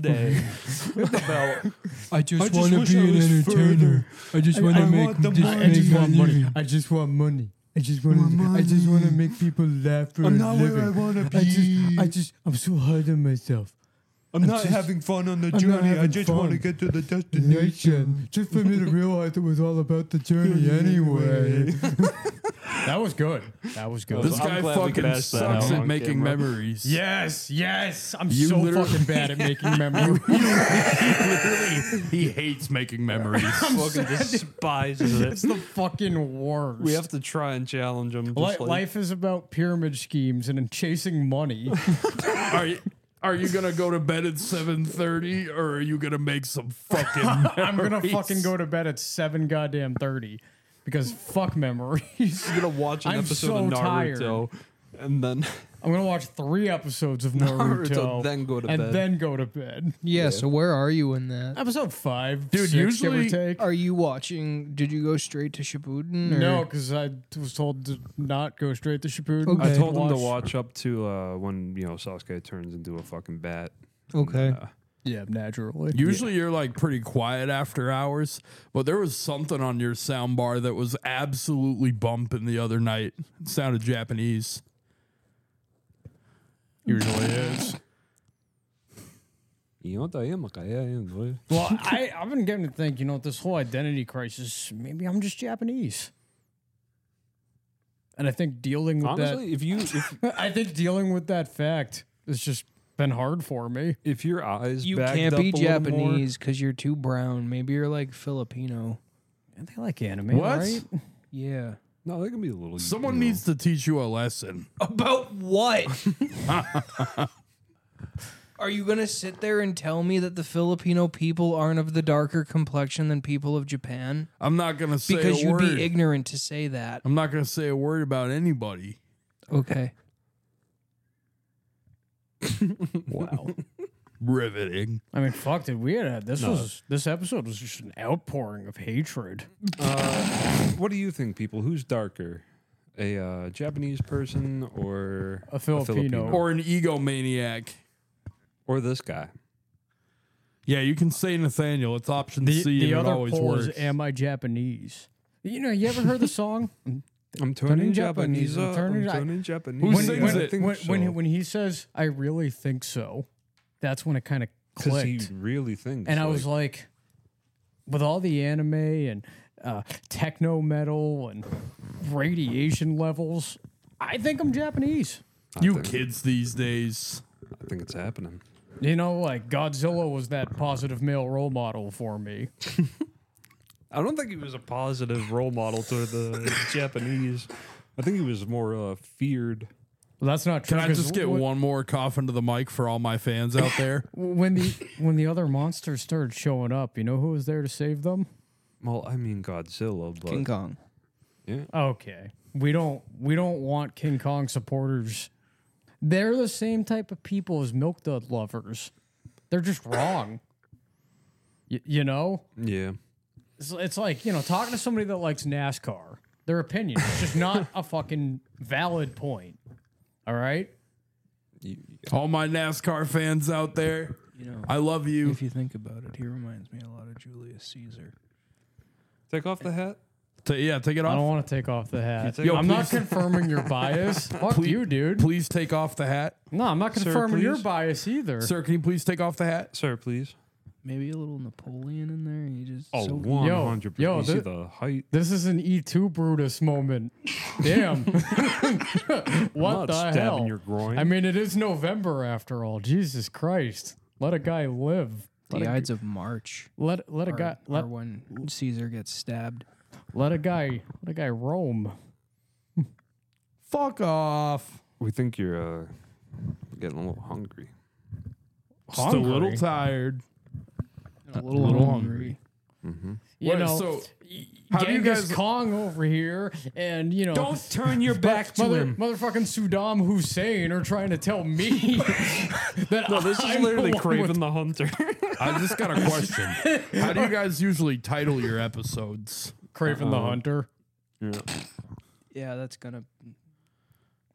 Speaker 3: day about
Speaker 2: I just
Speaker 3: just
Speaker 2: want to
Speaker 3: wish
Speaker 2: be
Speaker 3: I
Speaker 2: an
Speaker 3: was
Speaker 2: entertainer. I just want to make
Speaker 3: want the
Speaker 2: just
Speaker 3: money.
Speaker 1: I just
Speaker 2: make a
Speaker 1: want money.
Speaker 2: living.
Speaker 1: I just want money. I just want. to I just want to make people laugh for a living.
Speaker 3: want to
Speaker 1: I just, I just, I'm so hard on myself.
Speaker 3: I'm not
Speaker 1: just-
Speaker 3: having fun on the
Speaker 1: not
Speaker 3: journey. I
Speaker 1: having
Speaker 3: just want to
Speaker 1: fun.
Speaker 3: get to the destination.
Speaker 1: Nation, just for me to realize it was all about the journey anyway. that was good. That was good.
Speaker 4: This
Speaker 3: I'm
Speaker 4: guy
Speaker 3: glad we could
Speaker 4: fucking
Speaker 3: ask that
Speaker 4: sucks
Speaker 3: out
Speaker 4: at
Speaker 3: on
Speaker 4: making
Speaker 3: camera.
Speaker 4: memories.
Speaker 1: yes, yes. I'm
Speaker 4: You
Speaker 1: so
Speaker 4: literally-
Speaker 1: fucking bad at making memories.
Speaker 4: Literally, he hates making memories.
Speaker 3: Fucking despises
Speaker 1: it's
Speaker 3: it.
Speaker 1: the fucking worst.
Speaker 3: We have to try and challenge him.
Speaker 1: Li-
Speaker 3: Just like,
Speaker 1: life is about pyramid schemes and in chasing money.
Speaker 4: Are you, are you gonna go to bed at seven thirty, or are you gonna make some fucking?
Speaker 1: I'm gonna fucking go to bed at seven goddamn thirty because fuck memories.
Speaker 3: You're gonna watch an
Speaker 1: I'm
Speaker 3: episode
Speaker 1: so
Speaker 3: of Naruto, and then
Speaker 1: I'm gonna watch three episodes of Naruto,
Speaker 3: Naruto, then go to
Speaker 1: and
Speaker 3: bed.
Speaker 1: then go to bed.
Speaker 2: Yeah, so where are you in that?
Speaker 1: Episode five,
Speaker 4: Dude,
Speaker 1: six,
Speaker 4: usually-
Speaker 1: give or take.
Speaker 2: Are you watching? Did you go straight to Shippuden? Or?
Speaker 1: No, because I was told to not go straight to Shippuden.
Speaker 2: Okay.
Speaker 3: I told him to watch up to uh, when you know Sasuke turns into a fucking bat.
Speaker 2: Okay.
Speaker 3: Uh,
Speaker 1: Yeah, naturally.
Speaker 4: Usually you're like pretty quiet after hours, but there was something on your sound bar that was absolutely bumping the other night. It sounded Japanese. Usually is.
Speaker 3: Well,
Speaker 1: Well, I, I've been getting to think, you know, this whole identity crisis. Maybe I'm just Japanese, and I think dealing with
Speaker 3: Honestly, if you if,
Speaker 1: that, I think dealing with that fact has just been hard for me.
Speaker 3: if your eyes
Speaker 2: You
Speaker 3: backed
Speaker 2: can't
Speaker 3: up
Speaker 2: be
Speaker 3: a little more-
Speaker 2: Japanese because you're too brown. Maybe you're like Filipino.
Speaker 1: And they like anime,
Speaker 4: What?
Speaker 1: right?
Speaker 2: Yeah.
Speaker 3: no, they can be a little.
Speaker 4: Someone
Speaker 3: you know.
Speaker 4: needs to teach you a lesson.
Speaker 2: About what? Are you going to sit there and tell me that the Filipino people aren't of the darker complexion than people of Japan?
Speaker 4: I'm not gonna say
Speaker 2: Because
Speaker 4: a
Speaker 2: you'd
Speaker 4: word.
Speaker 2: be ignorant to say that.
Speaker 4: I'm not gonna say a word about anybody.
Speaker 2: Okay.
Speaker 1: Wow.
Speaker 4: Riveting.
Speaker 1: I mean, fuck, dude. We had a, this was this episode was just an outpouring of hatred.
Speaker 3: What do you think, people? Who's darker, a uh, Japanese person or
Speaker 1: A Filipino.
Speaker 4: Or an egomaniac.
Speaker 3: or this guy?
Speaker 4: Yeah, you can say Nathaniel. It's option
Speaker 1: The,
Speaker 4: C
Speaker 1: the
Speaker 4: and it
Speaker 1: other
Speaker 4: always
Speaker 1: poll
Speaker 4: works.
Speaker 1: is, "Am I Japanese?" You know, you ever heard the song?
Speaker 3: I'm turning,
Speaker 1: Japanese,
Speaker 3: Japanese.
Speaker 1: I'm
Speaker 3: uh,
Speaker 1: turning
Speaker 3: I'm
Speaker 1: Ja-
Speaker 3: turning Japanese.
Speaker 4: Who
Speaker 1: when,
Speaker 4: sings
Speaker 1: when,
Speaker 4: it? I think
Speaker 1: when, when, he- when he says, "I really think so," that's when it kind of
Speaker 3: Because
Speaker 1: clicked,
Speaker 3: he really thinks.
Speaker 1: and I was like, with all the anime and uh, techno metal and radiation levels, I think I'm Japanese.
Speaker 4: you kids these days.
Speaker 3: I think it's happening.
Speaker 1: You know, like Godzilla was that positive male role model for me.
Speaker 3: I don't think he was a positive role model to the Japanese. I think he was more uh, feared.
Speaker 1: Well, that's not true.
Speaker 4: Can I
Speaker 1: 'cause
Speaker 4: just get
Speaker 1: when-
Speaker 4: one more cough into the mic for all my fans out there?
Speaker 1: When the when the other monsters started showing up, you know who was there to save them?
Speaker 3: Well, I mean Godzilla, but
Speaker 2: King Kong.
Speaker 1: Okay. We don't we don't want King Kong supporters. They're the same type of people as milk dud lovers. They're just wrong. Y- you know?
Speaker 3: yeah,
Speaker 1: It's, it's like, you know, talking to somebody that likes NASCAR, their opinion is just not a fucking valid point. All right?
Speaker 3: You-
Speaker 4: All my NASCAR fans out there,
Speaker 2: You know,
Speaker 4: I love you.
Speaker 2: if you think about it, he reminds me a lot of Julius Caesar.
Speaker 3: take off the hat.
Speaker 4: Ta- yeah, take it
Speaker 1: I don't
Speaker 4: off.
Speaker 1: want to take off the hat.
Speaker 3: take Yo,
Speaker 1: I'm not
Speaker 4: please-
Speaker 1: confirming your bias. Fuck you, dude.
Speaker 4: Please take off the hat.
Speaker 1: No, I'm not confirming your
Speaker 3: please.
Speaker 1: bias either.
Speaker 4: Sir, can you please take off the hat?
Speaker 3: Sir, please.
Speaker 2: Maybe a little Napoleon in there. You just
Speaker 3: Oh,
Speaker 2: so-
Speaker 3: 100%.
Speaker 1: yo,
Speaker 3: you see
Speaker 1: the-
Speaker 3: the height.
Speaker 1: This is an E2 Brutus moment. Damn. what
Speaker 3: Not
Speaker 1: the
Speaker 3: stabbing
Speaker 1: hell?
Speaker 3: your groin.
Speaker 1: I mean, it is November after all. Jesus Christ. Let a guy live. Let
Speaker 2: the
Speaker 1: a,
Speaker 2: Ides of March.
Speaker 1: let, let a
Speaker 2: Or,
Speaker 1: guy
Speaker 2: or
Speaker 1: let,
Speaker 2: when Caesar gets stabbed.
Speaker 1: let a guy let a guy roam.
Speaker 4: Fuck off.
Speaker 3: We think you're uh, getting a little hungry.
Speaker 4: Just a little
Speaker 1: Hungry.
Speaker 4: tired.
Speaker 2: A little, hungry.
Speaker 1: You
Speaker 4: Wait,
Speaker 1: know,
Speaker 4: so
Speaker 1: how
Speaker 4: how do you guys?
Speaker 1: Kong over here and you know
Speaker 3: turn your back
Speaker 1: mother, motherfucking Saddam Hussein are trying to tell me that
Speaker 3: No, this is
Speaker 1: I'm
Speaker 3: literally
Speaker 1: the one
Speaker 3: craving
Speaker 1: with-
Speaker 3: the hunter.
Speaker 4: I just got a question. how do you guys usually title your episodes?
Speaker 1: craving
Speaker 3: Uh-huh.
Speaker 1: the hunter.
Speaker 2: Yeah, that's gonna.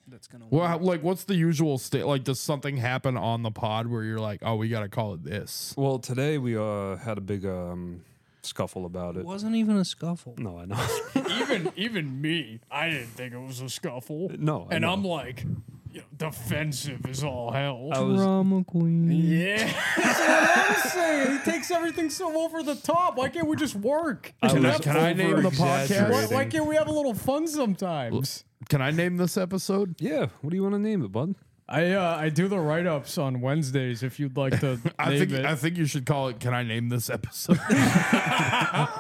Speaker 2: That's gonna.
Speaker 4: Well, how-
Speaker 2: work.
Speaker 4: like, what's the usual state? Like, does something happen on the pod where you're like, oh, we got to call it this?
Speaker 3: Well, today we uh, had a big um, scuffle about
Speaker 2: it
Speaker 3: it.
Speaker 2: wasn't even a scuffle.
Speaker 3: No, I know.
Speaker 1: even even me, I didn't think it was a scuffle.
Speaker 3: No, I
Speaker 1: and
Speaker 3: know.
Speaker 1: I'm like, you know, defensive is all hell.
Speaker 3: I was-
Speaker 2: Drama queen.
Speaker 1: yeah, that's what I'm saying. He takes everything so over the top. Why can't we just work?
Speaker 4: Can
Speaker 3: was
Speaker 4: I, can I name the podcast?
Speaker 1: Why,
Speaker 3: over-exaggerating.
Speaker 1: why can't we have a little fun sometimes?
Speaker 4: Can I name this episode?
Speaker 3: Yeah, what do you want to name it, bud?
Speaker 1: I uh, I do the write ups on Wednesdays. If you'd like to
Speaker 4: I
Speaker 1: name
Speaker 4: think
Speaker 1: it,
Speaker 4: I think you should call it. Can I name this episode?
Speaker 3: Yeah,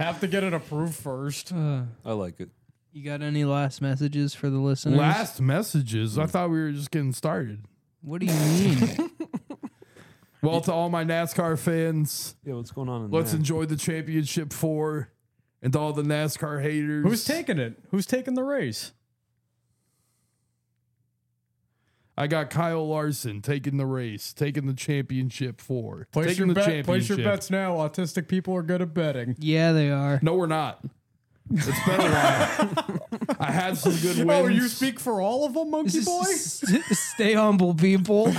Speaker 1: have to get it approved first.
Speaker 2: Uh,
Speaker 3: I like it.
Speaker 2: you got any last messages for the listeners?
Speaker 4: Last messages. I thought we were just getting started.
Speaker 2: What do you mean?
Speaker 4: Well, to all my NASCAR fans,
Speaker 3: Yeah, what's going on? In
Speaker 4: let's
Speaker 3: there?
Speaker 4: enjoy the championship four, and to all the NASCAR haters.
Speaker 1: Who's taking it? Who's taking the race?
Speaker 4: I got Kyle Larson taking the race, taking the championship four,
Speaker 1: Place
Speaker 4: taking
Speaker 1: your
Speaker 4: the
Speaker 1: bet. Place
Speaker 4: championship.
Speaker 1: your bets now. Autistic people are good at betting.
Speaker 2: yeah, they are.
Speaker 4: No, we're not. It's been a while. I had some good wins.
Speaker 1: Oh, you speak for all of them, monkey boy. Oh.
Speaker 2: Stay humble, people.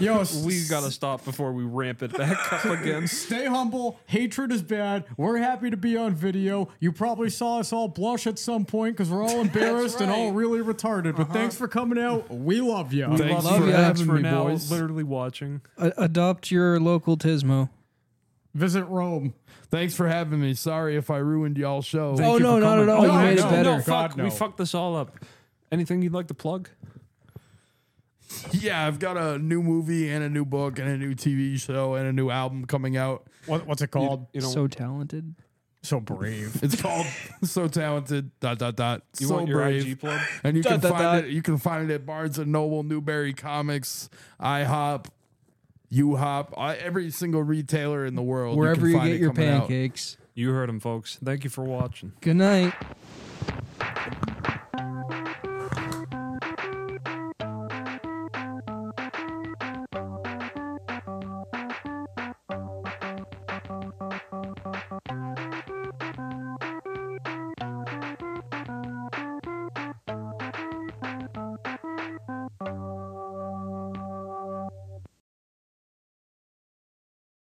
Speaker 1: Yo,
Speaker 3: We gotta stop before we ramp it back up again.
Speaker 1: Stay humble. Hatred is bad. We're happy to be on video. You probably saw us all blush at some point because we're all embarrassed and all
Speaker 2: right.
Speaker 1: really retarded. But thanks for coming out. We love you.
Speaker 4: Uh-huh. Thanks
Speaker 2: Love
Speaker 4: for
Speaker 2: ya.
Speaker 4: having
Speaker 3: For
Speaker 4: me,
Speaker 3: now,
Speaker 4: boys.
Speaker 3: literally watching.
Speaker 2: A- adopt your local Tismo.
Speaker 1: Visit Rome.
Speaker 4: Thanks for having me. Sorry if I ruined y'all show.
Speaker 2: oh
Speaker 3: you
Speaker 2: no,
Speaker 3: for
Speaker 2: not at
Speaker 3: coming.
Speaker 2: all.
Speaker 1: No,
Speaker 2: you made
Speaker 1: no,
Speaker 2: it better.
Speaker 1: no. God,
Speaker 3: fuck, we fucked this all up. Anything you'd like to plug?
Speaker 4: Yeah, I've got a new movie and a new book and a new TV show and a new album coming out.
Speaker 1: What, what's it called?
Speaker 3: You know,
Speaker 2: So talented.
Speaker 1: so brave.
Speaker 4: It's called So Talented dot dot dot.
Speaker 3: you
Speaker 4: so
Speaker 3: want your
Speaker 4: brave.
Speaker 3: IG plug?
Speaker 4: And you
Speaker 2: Dot,
Speaker 4: can
Speaker 2: dot,
Speaker 4: find
Speaker 2: dot.
Speaker 4: it. You can find it at Barnes and Noble, Newberry Comics, IHOP, UHOP, I- uh, every single retailer in the world. can
Speaker 2: Wherever you,
Speaker 4: find
Speaker 2: get
Speaker 4: it
Speaker 2: your
Speaker 4: coming out.
Speaker 2: pancakes.
Speaker 3: You heard him, folks. Thank you for watching.
Speaker 2: Good night.